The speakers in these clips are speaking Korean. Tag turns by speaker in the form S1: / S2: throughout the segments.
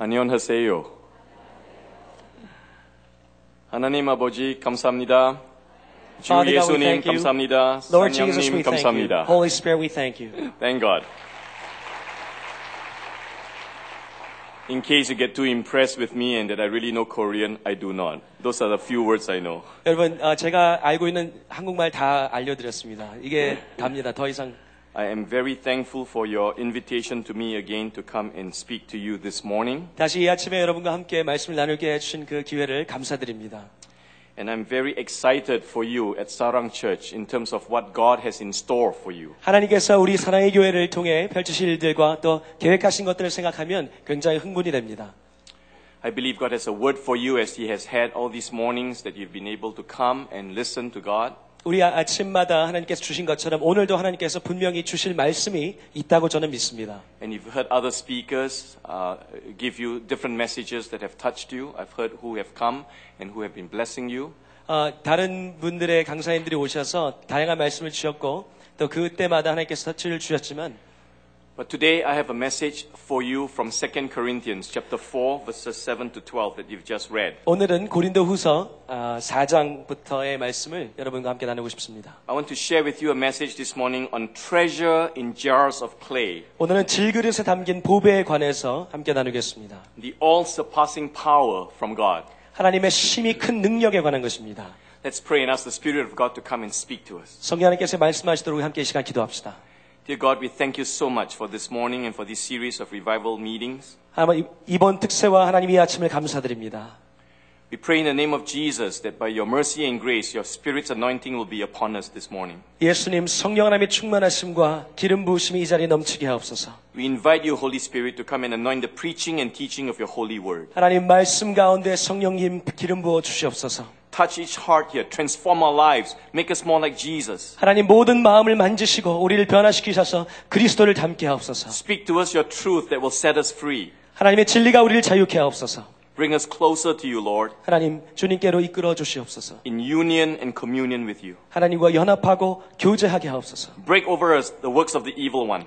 S1: 안녕하세요. 하나님 아버지 감사합니다. 주
S2: Father God, we
S1: 예수님
S2: thank you.
S1: 감사합니다.
S2: Lord Jesus,
S1: 성령님
S2: we thank you.
S1: 감사합니다.
S2: Holy Spirit, we thank you.
S1: Thank God. In case you get too impressed with me and that I really know Korean, I do not. Those are the few words I know.
S2: 여러분, 어, 제가 알고 있는 한국말 다 알려드렸습니다. 이게 답니다. 더 이상
S1: I am very thankful for your invitation to me again to come and speak to you this morning.
S2: 다시 이 아침에 여러분과 함께 말씀을 나누게 해주신 그 기회를 감사드립니다.
S1: And I'm very excited for you at Sarang Church in terms of what God has in store for you.
S2: 하나님께서 우리 사랑의 교회를 통해 펼치실 일들과 또 계획하신 것들을 생각하면 굉장히 흥분이 됩니다.
S1: I believe God has a word for you as He has had all these mornings that you've been able to come and listen to God.
S2: 우리 아- 아침마다 하나님께서 주신 것처럼 오늘도 하나님께서 분명히 주실 말씀이 있다고 저는 믿습니다.
S1: And you've heard other speakers uh, give you different messages that have touched you. I've heard who have come and who have been blessing you.
S2: 어, 다른 분들의 강사님들이 오셔서 다양한 말씀을 주셨고 또 그때마다 하나님께서 터치를 주셨지만
S1: But today I have a message for you from 2 Corinthians chapter 4 verses 7 to 12 that you've just read.
S2: 오늘은 고린도후서 아, 4장부터의 말씀을 여러분과 함께 나누고 싶습니다.
S1: I want to share with you a message this morning on treasure in jars of clay,
S2: 오늘은 질그릇에 담긴 보배에 관해서 함께 나누겠습니다.
S1: the all-surpassing power from God.
S2: 하나님의 심히 큰 능력에 관한 것입니다.
S1: Let's pray and ask the Spirit of God to come and speak to us.
S2: 성령 하나님께서 말씀하시도록 우리 함께 이 시간 기도합시다.
S1: Dear God, we thank you so much for this morning and for this series of revival meetings.
S2: 하나님 이번 특세와 하나님의 아침을 감사드립니다.
S1: We pray in the name of Jesus that by your mercy and grace, your Spirit's anointing will be upon us this morning.
S2: 예수님 성령 하나님의 충만하심과 기름 부으심이 이 자리에 넘치게 하옵소서.
S1: We invite you, Holy Spirit, to come and anoint the preaching and teaching of your holy word.
S2: 하나님 말씀 가운데 성령님 기름 부어 주시옵소서.
S1: Touch each heart here, transform our lives, make us more like Jesus.
S2: 하나님 모든 마음을 만지시고 우리를 변화시키셔서 그리스도를 닮게 하옵소서.
S1: Speak to us your truth that will set us free.
S2: 하나님의 진리가 우리를 자유케 하옵소서.
S1: Bring us closer to you, Lord,
S2: 하나님 주님께로 이끌어 주시옵소서.
S1: in union and communion with you.
S2: 하나님과 연합하고 교제하게 하옵소서.
S1: Break over us the works of the evil one.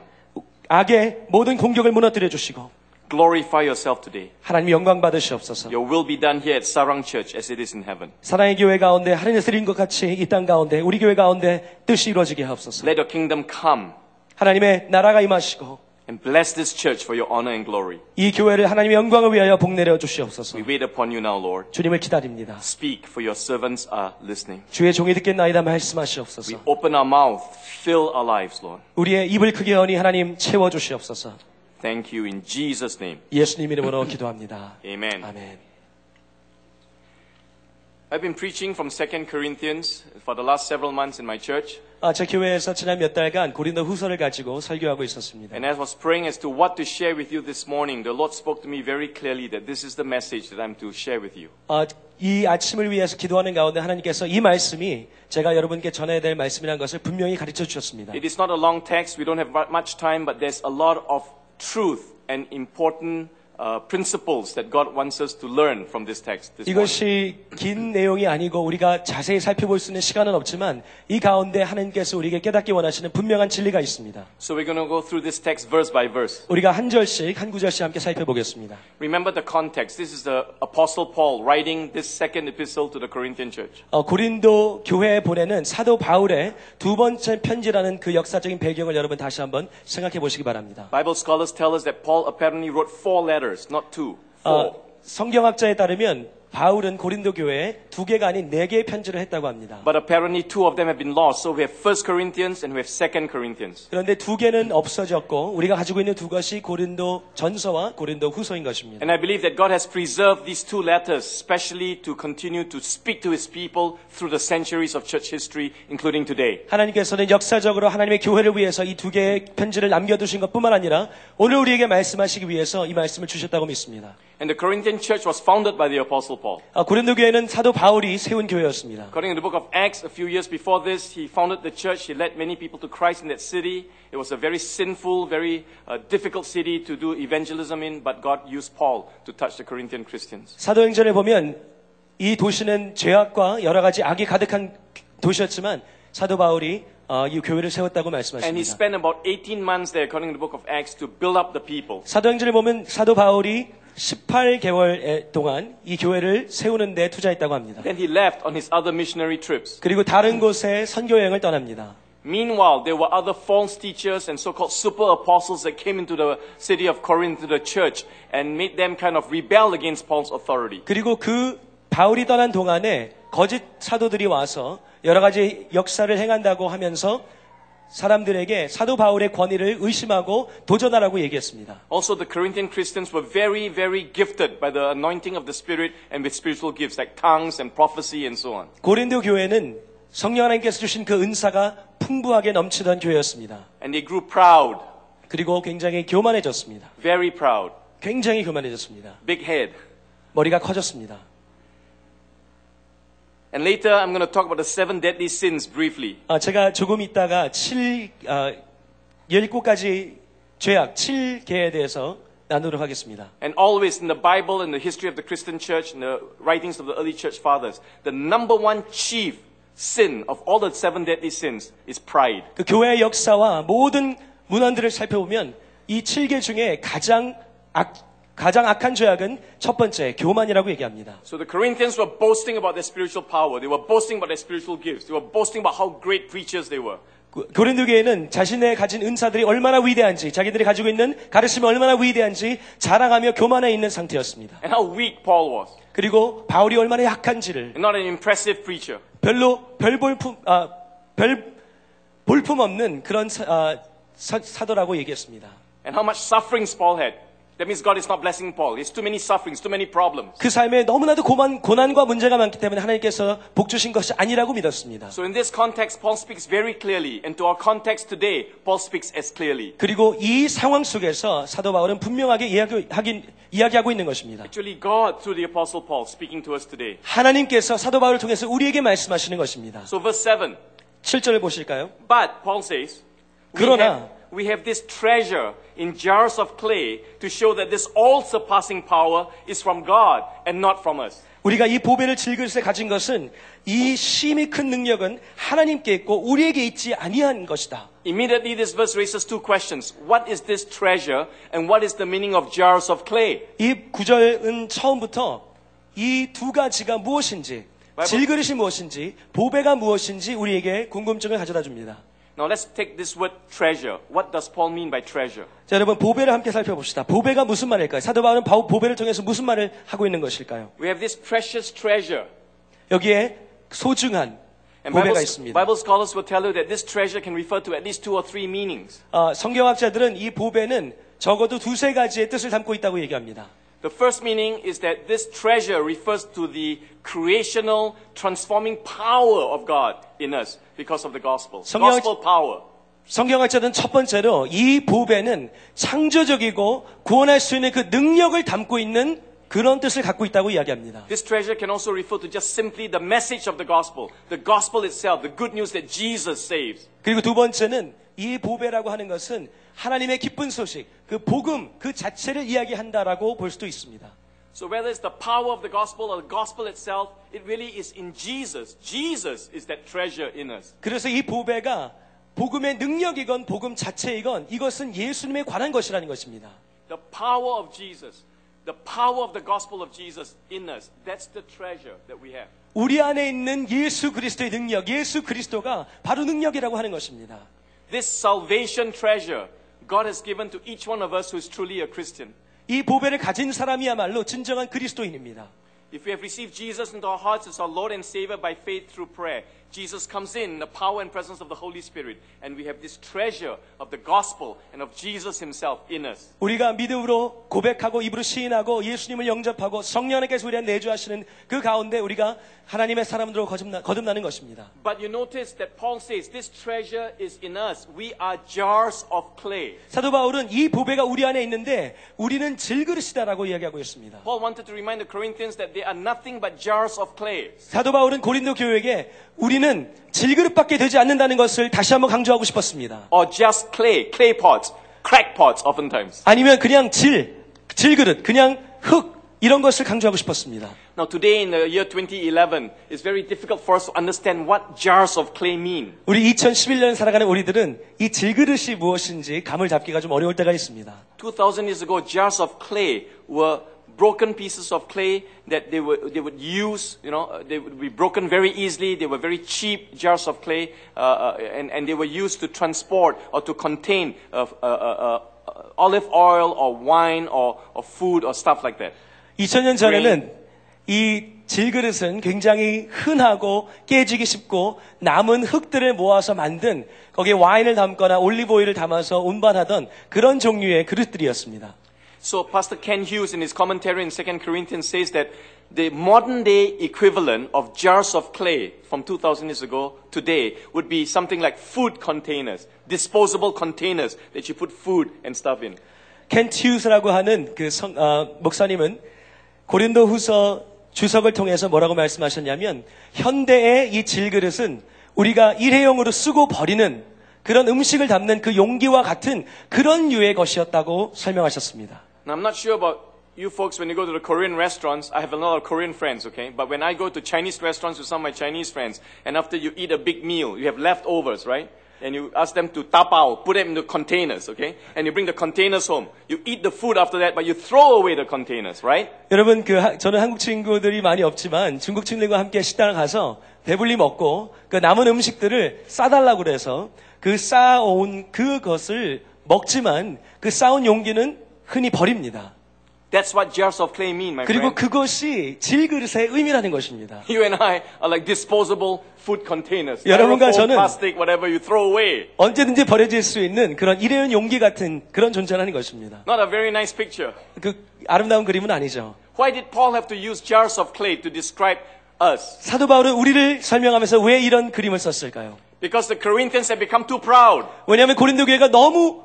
S2: 악의 모든 공격을 무너뜨려 주시고
S1: Glorify yourself today.
S2: 하나님 영광 받으시옵소서.
S1: Your will be done here at Sarang Church as it is in heaven.
S2: 사랑의 교회 가운데 하나님 드린 것 같이 이 땅 가운데 우리 교회 가운데 뜻이 이루어지게 하옵소서.
S1: Let your kingdom come
S2: 하나님의 나라가 임하시고
S1: and bless this church for your honor and glory.
S2: 이 교회를 하나님의 영광을 위하여 복내려 주시옵소서.
S1: We wait upon you now, Lord.
S2: 주님을 기다립니다.
S1: Speak, for your servants are listening.
S2: 주의 종이 듣겠나이다
S1: We
S2: 말씀하시옵소서.
S1: open our mouth, fill our lives, Lord.
S2: 우리의 입을 크게 여니 하나님 채워 주시옵소서.
S1: Thank you in Jesus' name.
S2: 예수님 이름으로 기도합니다.
S1: Amen.
S2: 아멘.
S1: I've been preaching from 2 Corinthians for the last several months in my church,
S2: 아, 제 교회에서 지난 몇 달간 고린도 후서를 가지고 설교하고 있었습니다.
S1: and as I was praying as to what to share with you this morning, the Lord spoke to me very clearly that this is the message that I'm to share with you.
S2: 아, 이 아침을 위해서 기도하는 가운데 하나님께서 이 말씀이 제가 여러분께 전해야 될 말씀이라는 것을 분명히 가르쳐 주셨습니다.
S1: It is not a long text, we don't have mu- much time, but there's a lot of truth and important uh, principles that God wants us to learn from this text this morning.
S2: 이것이 긴 내용이 아니고 우리가 자세히 살펴볼 수 있는 시간은 없지만 이 가운데 하나님께서 우리에게 깨닫기 원하시는 분명한 진리가 있습니다.
S1: So we're going to go through this text verse by verse.
S2: 우리가 한 절씩 한 구절씩 함께 살펴보겠습니다.
S1: Remember the context. This is the Apostle Paul writing this second epistle to the Corinthian church.
S2: 어, 고린도 교회에 보내는 사도 바울의 두 번째 편지라는 그 역사적인 배경을 여러분 다시 한번 생각해 보시기 바랍니다.
S1: Bible scholars tell us that Paul apparently wrote four letters, not two.
S2: 어,
S1: Four.
S2: 성경학자에 따르면 바울은 고린도 교회에 두 개가 아닌 네 개의 편지를 했다고 합니다.
S1: But apparently two of them have been lost. So we have 1 Corinthians and we have 2 Corinthians.
S2: 그런데 두 개는 없어졌고 우리가 가지고 있는 두 것이 고린도 전서와 고린도 후서인 것입니다.
S1: And I believe that God has preserved these two letters specially to continue to speak to his people through the centuries of church history, including today.
S2: 하나님께서는 역사적으로 하나님의 교회를 위해서 이 두 개의 편지를 남겨두신 것뿐만 아니라 오늘 우리에게 말씀하시기 위해서 이 말씀을 주셨다고 믿습니다.
S1: And the Corinthian church was founded by the Apostle Paul.
S2: 아, 고린도 교회는 사도 바울이 세운 교회였습니다.
S1: According to the book of Acts, a few years before this, he founded the church. He led many people to Christ in that city. It was a very sinful, very uh, difficult city to do evangelism in, but God used Paul to touch the Corinthian Christians.
S2: 사도행전을 보면 이 도시는 죄악과 여러 가지 악이 가득한 도시였지만 사도 바울이 어, 이 교회를 세웠다고
S1: And he
S2: 말씀하십니다.
S1: spent about 18 months there, according to the book of Acts, to build up the people.
S2: 사도행전을 보면 사도 바울이 18개월 동안 이 교회를 세우는 데 투자했다고 합니다.
S1: Then he left on his other missionary trips.
S2: 그리고 다른 곳에 선교 여행을 떠납니다.
S1: Meanwhile, there were other false teachers and so-called super apostles that came into the city of Corinth to the church and made them kind of rebel against Paul's authority.
S2: 그리고 그 바울이 떠난 동안에 거짓 사도들이 와서 여러 가지 역사를 행한다고 하면서 사람들에게 사도 바울의 권위를 의심하고 도전하라고 얘기했습니다.
S1: Also, the Corinthian Christians were very, very gifted by the anointing of the Spirit and with spiritual gifts like tongues and prophecy and so on.
S2: 고린도 교회는 성령 하나님께서 주신 그 은사가 풍부하게 넘치던 교회였습니다.
S1: And they grew proud,
S2: 그리고 굉장히 교만해졌습니다.
S1: very proud,
S2: 굉장히 교만해졌습니다.
S1: big head.
S2: 머리가 커졌습니다.
S1: And later, I'm going to talk about the seven deadly sins briefly.
S2: 아, 제가 조금 있다가 7, 아, 17가지 죄악, 7개에 대해서 나누도록 하겠습니다.
S1: And always in the Bible, in the history of the Christian church, in the writings of the early church fathers, the number one chief sin of all the seven deadly sins is pride.
S2: 그 교회의 역사와 모든 문헌들을 살펴보면 이 7개 중에 가장 악, 가장 악한 죄악은 첫 번째, 교만이라고 얘기합니다.
S1: So the Corinthians were boasting about their spiritual power. They were boasting about their spiritual gifts. They were boasting about how great preachers they were.
S2: 그- 고린도 교회는 자신의 가진 은사들이 얼마나 위대한지, 자기들이 가지고 있는 가르침이 얼마나 위대한지 자랑하며 교만해 있는 상태였습니다.
S1: And how weak Paul was.
S2: 그리고 바울이 얼마나 약한지를
S1: And not an impressive preacher.
S2: 별로 별 볼품 아, 별 볼품 없는 그런 사, 아, 사- 사도라고 얘기했습니다.
S1: And how much sufferings Paul had. That means God is not blessing Paul. It's too many sufferings, too many problems.
S2: 그 삶에 너무나도 고만, 고난과 문제가 많기 때문에 하나님께서 복 주신 것이 아니라고 믿었습니다.
S1: So in this context, Paul speaks very clearly. And to our context today, Paul speaks as clearly.
S2: 그리고 이 상황 속에서 사도 바울은 분명하게 이야기, 하긴- 이야기하고 있는 것입니다.
S1: Actually, God, through the Apostle Paul, speaking to us today.
S2: 하나님께서 사도 바울을 통해서 우리에게 말씀하시는 것입니다.
S1: So verse 7.
S2: 7절을 보실까요?
S1: But, Paul says, we
S2: 그러나-
S1: have, we have this treasure in jars of clay to show that this all surpassing power is from God and not from us.
S2: 우리가 이 보배를 질그릇에 가진 것은 이 심히 큰 능력은 하나님께 있고 우리에게 있지 아니한 것이다.
S1: Immediately, this verse raises two questions. What is this treasure and what is the meaning of jars of clay?
S2: 이 구절은 처음부터 이 두 가지가 무엇인지 질그릇이 무엇인지 보배가 무엇인지 우리에게 궁금증을 가져다 줍니다.
S1: Now, let's take this word treasure. What does Paul mean by treasure?
S2: 자 여러분 보배를 함께 살펴봅시다. 보배가 무슨 말일까요? 사도 바울은 바- 보배를 통해서 무슨 말을 하고 있는 것일까요?
S1: We have this precious treasure.
S2: 여기에 소중한
S1: And
S2: 보배가
S1: Bible,
S2: 있습니다.
S1: Bible scholars will tell you that this treasure can refer to at least two or three meanings.
S2: 아, 성경학자들은 이 보배는 적어도 두세 가지의 뜻을 담고 있다고 얘기합니다.
S1: The first meaning is that this treasure refers to the creational, transforming power of God in us because of the gospel.
S2: 성령-
S1: Gospel power.
S2: 성경학자들은 첫 번째로 이 보배는 창조적이고 구원할 수 있는 그 능력을 담고 있는 그런 뜻을 갖고 있다고 이야기합니다.
S1: This treasure can also refer to just simply the message of the gospel, the gospel itself, the good news that Jesus saves.
S2: 그리고 두 번째는 이 보배라고 하는 것은 하나님의 기쁜 소식, 그 복음 그 자체를 이야기한다라고 볼 수도 있습니다.
S1: So whether it's the power of the gospel or the gospel itself, it really is in Jesus. Jesus is that treasure in us.
S2: 그래서 이 보배가 복음의 능력이건 복음 자체이건 이것은 예수님에 관한 것이라는 것입니다.
S1: The power of Jesus, the power of the gospel of Jesus in us. That's the treasure that we have.
S2: 우리 안에 있는 예수 그리스도의 능력, 예수 그리스도가 바로 능력이라고 하는 것입니다.
S1: This salvation treasure God has given to each one of us who is truly a Christian.
S2: 이 보배를 가진 사람이야말로 진정한 그리스도인입니다.
S1: If we have received Jesus into our hearts as our Lord and Savior by faith through prayer, Jesus comes in, in the power and presence of the Holy Spirit, and we have this treasure of the gospel and of Jesus Himself in us.
S2: 우리가 믿음으로 고백하고 입으로 시인하고 예수님을 영접하고 성령님께서 우리한테 내주하시는 그 가운데 우리가 하나님의 사람들로 거듭나, 거듭나는 것입니다.
S1: But you notice that Paul says this treasure is in us. We are jars of clay.
S2: 사도 바울은 이 보배가 우리 안에 있는데 우리는 질그릇이다라고 이야기하고 있습니다.
S1: Paul wanted to remind the Corinthians that they are nothing but jars of clay.
S2: 사도 바울은 고린도 교회에게 우리는 질그릇밖에 되지 않는다는 것을 다시 한번 강조하고 싶었습니다.
S1: Or just clay, clay pots, crack pots oftentimes.
S2: 아니면 그냥 질, 질그릇, 그냥 흙 이런 것을 강조하고 싶었습니다.
S1: Now, today in the year 2011, it's very difficult for us to understand what jars of clay mean.
S2: 우리 2011년 살아가는 우리들은 이 질그릇이 무엇인지 감을 잡기가 좀 어려울 때가 있습니다.
S1: 2,000 years ago, jars of clay were broken pieces of clay that they would, they would use, you know, uh, they would be broken very easily. They were very cheap jars of clay, uh, uh, and, and they were used to transport or to contain uh, uh, uh, uh, olive oil or wine or, or food or stuff like that.
S2: 2000년 전에는 이 질그릇은 굉장히 흔하고 깨지기 쉽고 남은 흙들을 모아서 만든 거기에 와인을 담거나 올리브오일을 담아서 운반하던 그런 종류의 그릇들이었습니다.
S1: So Pastor Ken Hughes in his commentary in 2 Corinthians says that the modern day equivalent of jars of clay from 2000 years ago today would be something like food containers, disposable containers that you put food and stuff in.
S2: 켄티우스라고 하는 그 성- 아, 목사님은 고린도 후서 주석을 통해서 뭐라고 말씀하셨냐면 현대의 이 질그릇은 우리가 일회용으로 쓰고 버리는 그런 음식을 담는 그 용기와 같은 그런 유의 것이었다고 설명하셨습니다.
S1: Now I'm not sure about you folks when you go to the Korean restaurants. I have a lot of Korean friends, okay? But when I go to Chinese restaurants with some of my Chinese friends, and after you eat a big meal, you have leftovers, right? And you ask them to tapao, put them in the containers, okay? And you bring the containers home. You eat the food after that, but you throw away the containers, right?
S2: 여러분 그 하- 저는 한국 친구들이 많이 없지만 중국 친구들과 함께 식당을 가서 배불리 먹고 그 남은 음식들을 싸달라고 그래서 그 싸온 그것을 먹지만 그 싸온 용기는 흔히 버립니다.
S1: That's what jars of clay mean, my
S2: 그리고
S1: friend.
S2: 그것이 질그릇의 의미라는 것입니다.
S1: You and I are like disposable food containers.
S2: 여러분과
S1: Styrofoam,
S2: 저는-
S1: plastic, whatever you throw away.
S2: 언제든지 버려질 수 있는 그런 일회용 용기 같은 그런 존재라는 것입니다.
S1: Not a very nice picture.
S2: 그 아름다운 그림은 아니죠.
S1: Why did Paul have to use jars of clay to describe us?
S2: 사도 바울은 우리를 설명하면서 왜 이런 그림을 썼을까요?
S1: Because the Corinthians had become too proud.
S2: 왜냐하면 고린도 교회가 너무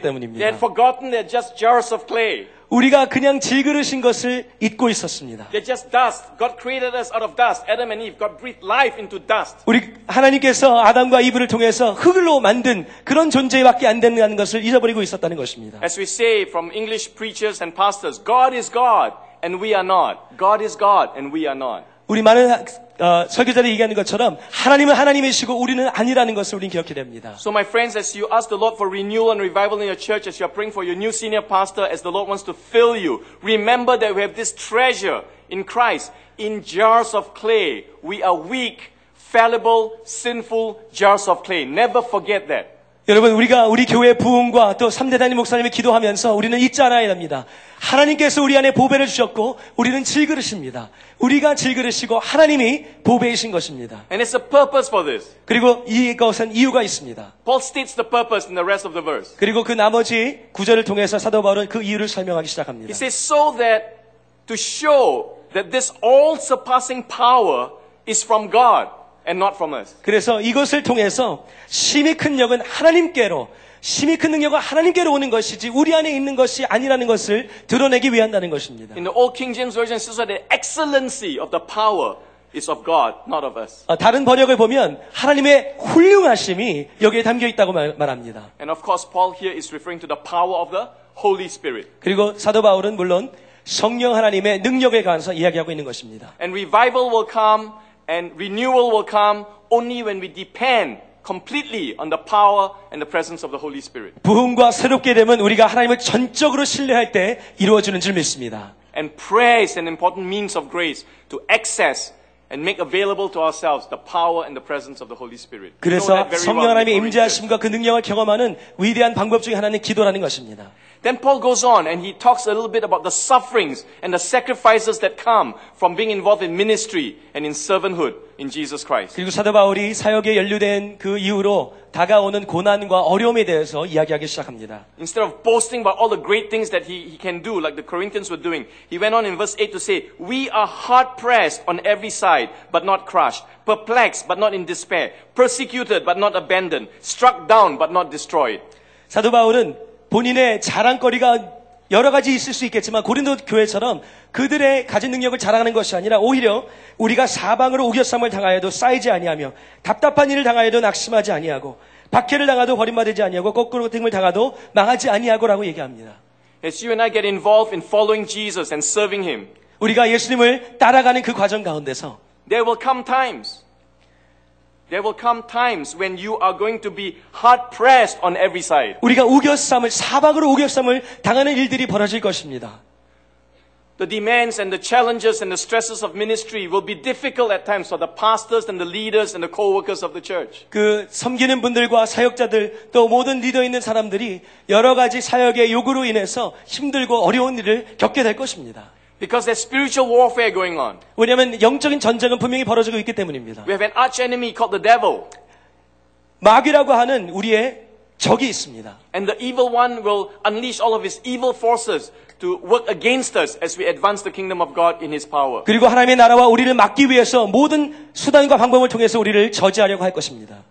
S1: They had
S2: 때문입니다.
S1: forgotten they're just jars of clay.
S2: 우리가 그냥 질그릇인 것을 잊고 있었습니다.
S1: They're just dust. God created us out of dust. Adam and Eve. God breathed life into dust.
S2: 우리 하나님께서 아담과 이브를 통해서 흙으로 만든 그런 존재밖에 안 된다는 것을 잊어버리고 있었다는 것입니다.
S1: As we say from English preachers and pastors, God is God and we are not. God is God and we are not.
S2: 우리 많은 어, 설교자들이 얘기하는 것처럼 하나님은 하나님이시고 우리는 아니라는 것을 우리는 기억해야 됩니다.
S1: So, my friends, as you ask the Lord for renewal and revival in your church, as you are praying for your new senior pastor, as the Lord wants to fill you, remember that we have this treasure in Christ in jars of clay. We are weak, fallible, sinful jars of clay. Never forget that.
S2: 여러분 우리가 우리 교회 부흥과 또 3대 단임 목사님을 기도하면서 우리는 잊지 않아야 합니다. 하나님께서 우리 안에 보배를 주셨고 우리는 질그릇입니다. 우리가 질그릇이고 하나님이 보배이신 것입니다.
S1: And it's a purpose for this.
S2: 그리고 이것은 이유가 있습니다.
S1: Paul states the purpose in the rest of the verse.
S2: 그리고 그 나머지 구절을 통해서 사도 바울은 그 이유를 설명하기
S1: He
S2: 시작합니다.
S1: says, so that to show that this all surpassing power is from God and not from us.
S2: 그래서 이것을 통해서 심히 큰 영은 하나님께로 심히 큰 능력은 하나님께로 오는 것이지 우리 안에 있는 것이 아니라는 것을 드러내기 위한다는 것입니다.
S1: In the Old King James Version, it says that the excellency of the power is of God, not of us.
S2: 어, 다른 번역을 보면 하나님의 훌륭하심이 여기에 담겨 있다고 말, 합니다
S1: And of course, Paul here is referring to the power of the Holy Spirit.
S2: 그리고 사도 바울은 물론 성령 하나님의 능력에 관해서 이야기하고 있는 것입니다.
S1: And revival will come and renewal will come only when we depend completely on the power and the presence of the Holy Spirit.
S2: 부흥과 새롭게 되면 우리가 하나님을 전적으로 신뢰할 때 이루어지는 줄 믿습니다.
S1: And prayer is an important means of grace to access and make available to ourselves the power and the presence of the Holy Spirit. We know
S2: 그래서
S1: that very
S2: 성령
S1: well in
S2: 하나님의
S1: Corinthians.
S2: 임재하심과 그 능력을 경험하는 위대한 방법 중에 하나는 기도라는 것입니다.
S1: Then Paul goes on and he talks a little bit about the sufferings and the sacrifices that come from being involved in ministry and in servanthood in Jesus Christ.
S2: 그리고 사도 바울이 사역에 연루된 그 이후로 다가오는 고난과 어려움에 대해서 이야기하기 시작합니다.
S1: Instead of boasting about all the great things that he, he can do, like the Corinthians were doing, he went on in verse 8 to say, We are hard pressed on every side, but not crushed, perplexed, but not in despair, persecuted, but not abandoned, struck down, but not destroyed.
S2: 사도 바울은 본인의 자랑거리가 여러 가지 있을 수 있겠지만 고린도 교회처럼 그들의 가진 능력을 자랑하는 것이 아니라 오히려 우리가 사방으로 우겨쌈을 당하여도 쌓이지 아니하며 답답한 일을 당하여도 낙심하지 아니하고 박해를 당하도 버림받지 아니하고 거꾸로 등을 당하도 망하지 아니하고라고 얘기합니다.
S1: As you and I get involved in following Jesus and serving him,
S2: 우리가 예수님을 따라가는 그 과정 가운데서
S1: There will come times. There will come times when you are going to be hard pressed on every side.
S2: 우리가 우겨쌈을 사방으로 우겨쌈을 당하는 일들이 벌어질 것입니다.
S1: The demands and the challenges and the stresses of ministry will be difficult at times for the pastors and the leaders and the co-workers of the church.
S2: 그 섬기는 분들과 사역자들 또 모든 리더 있는 사람들이 여러 가지 사역의 요구로 인해서 힘들고 어려운 일을 겪게 될 것입니다.
S1: Because there's spiritual warfare going on.
S2: 왜냐하면 영적인 전쟁은 분명히 벌어지고 있기 때문입니다.
S1: We have an arch enemy called the devil.
S2: 마귀라고 하는 우리의 적이 있습니다.
S1: And the evil one will unleash all of his evil forces to work against us as we advance the kingdom of God in his power.
S2: 그리고 하나님의 나라와 우리를 막기 위해서 모든 수단과 방법을 통해서 우리를 저지하려고 할 것입니다.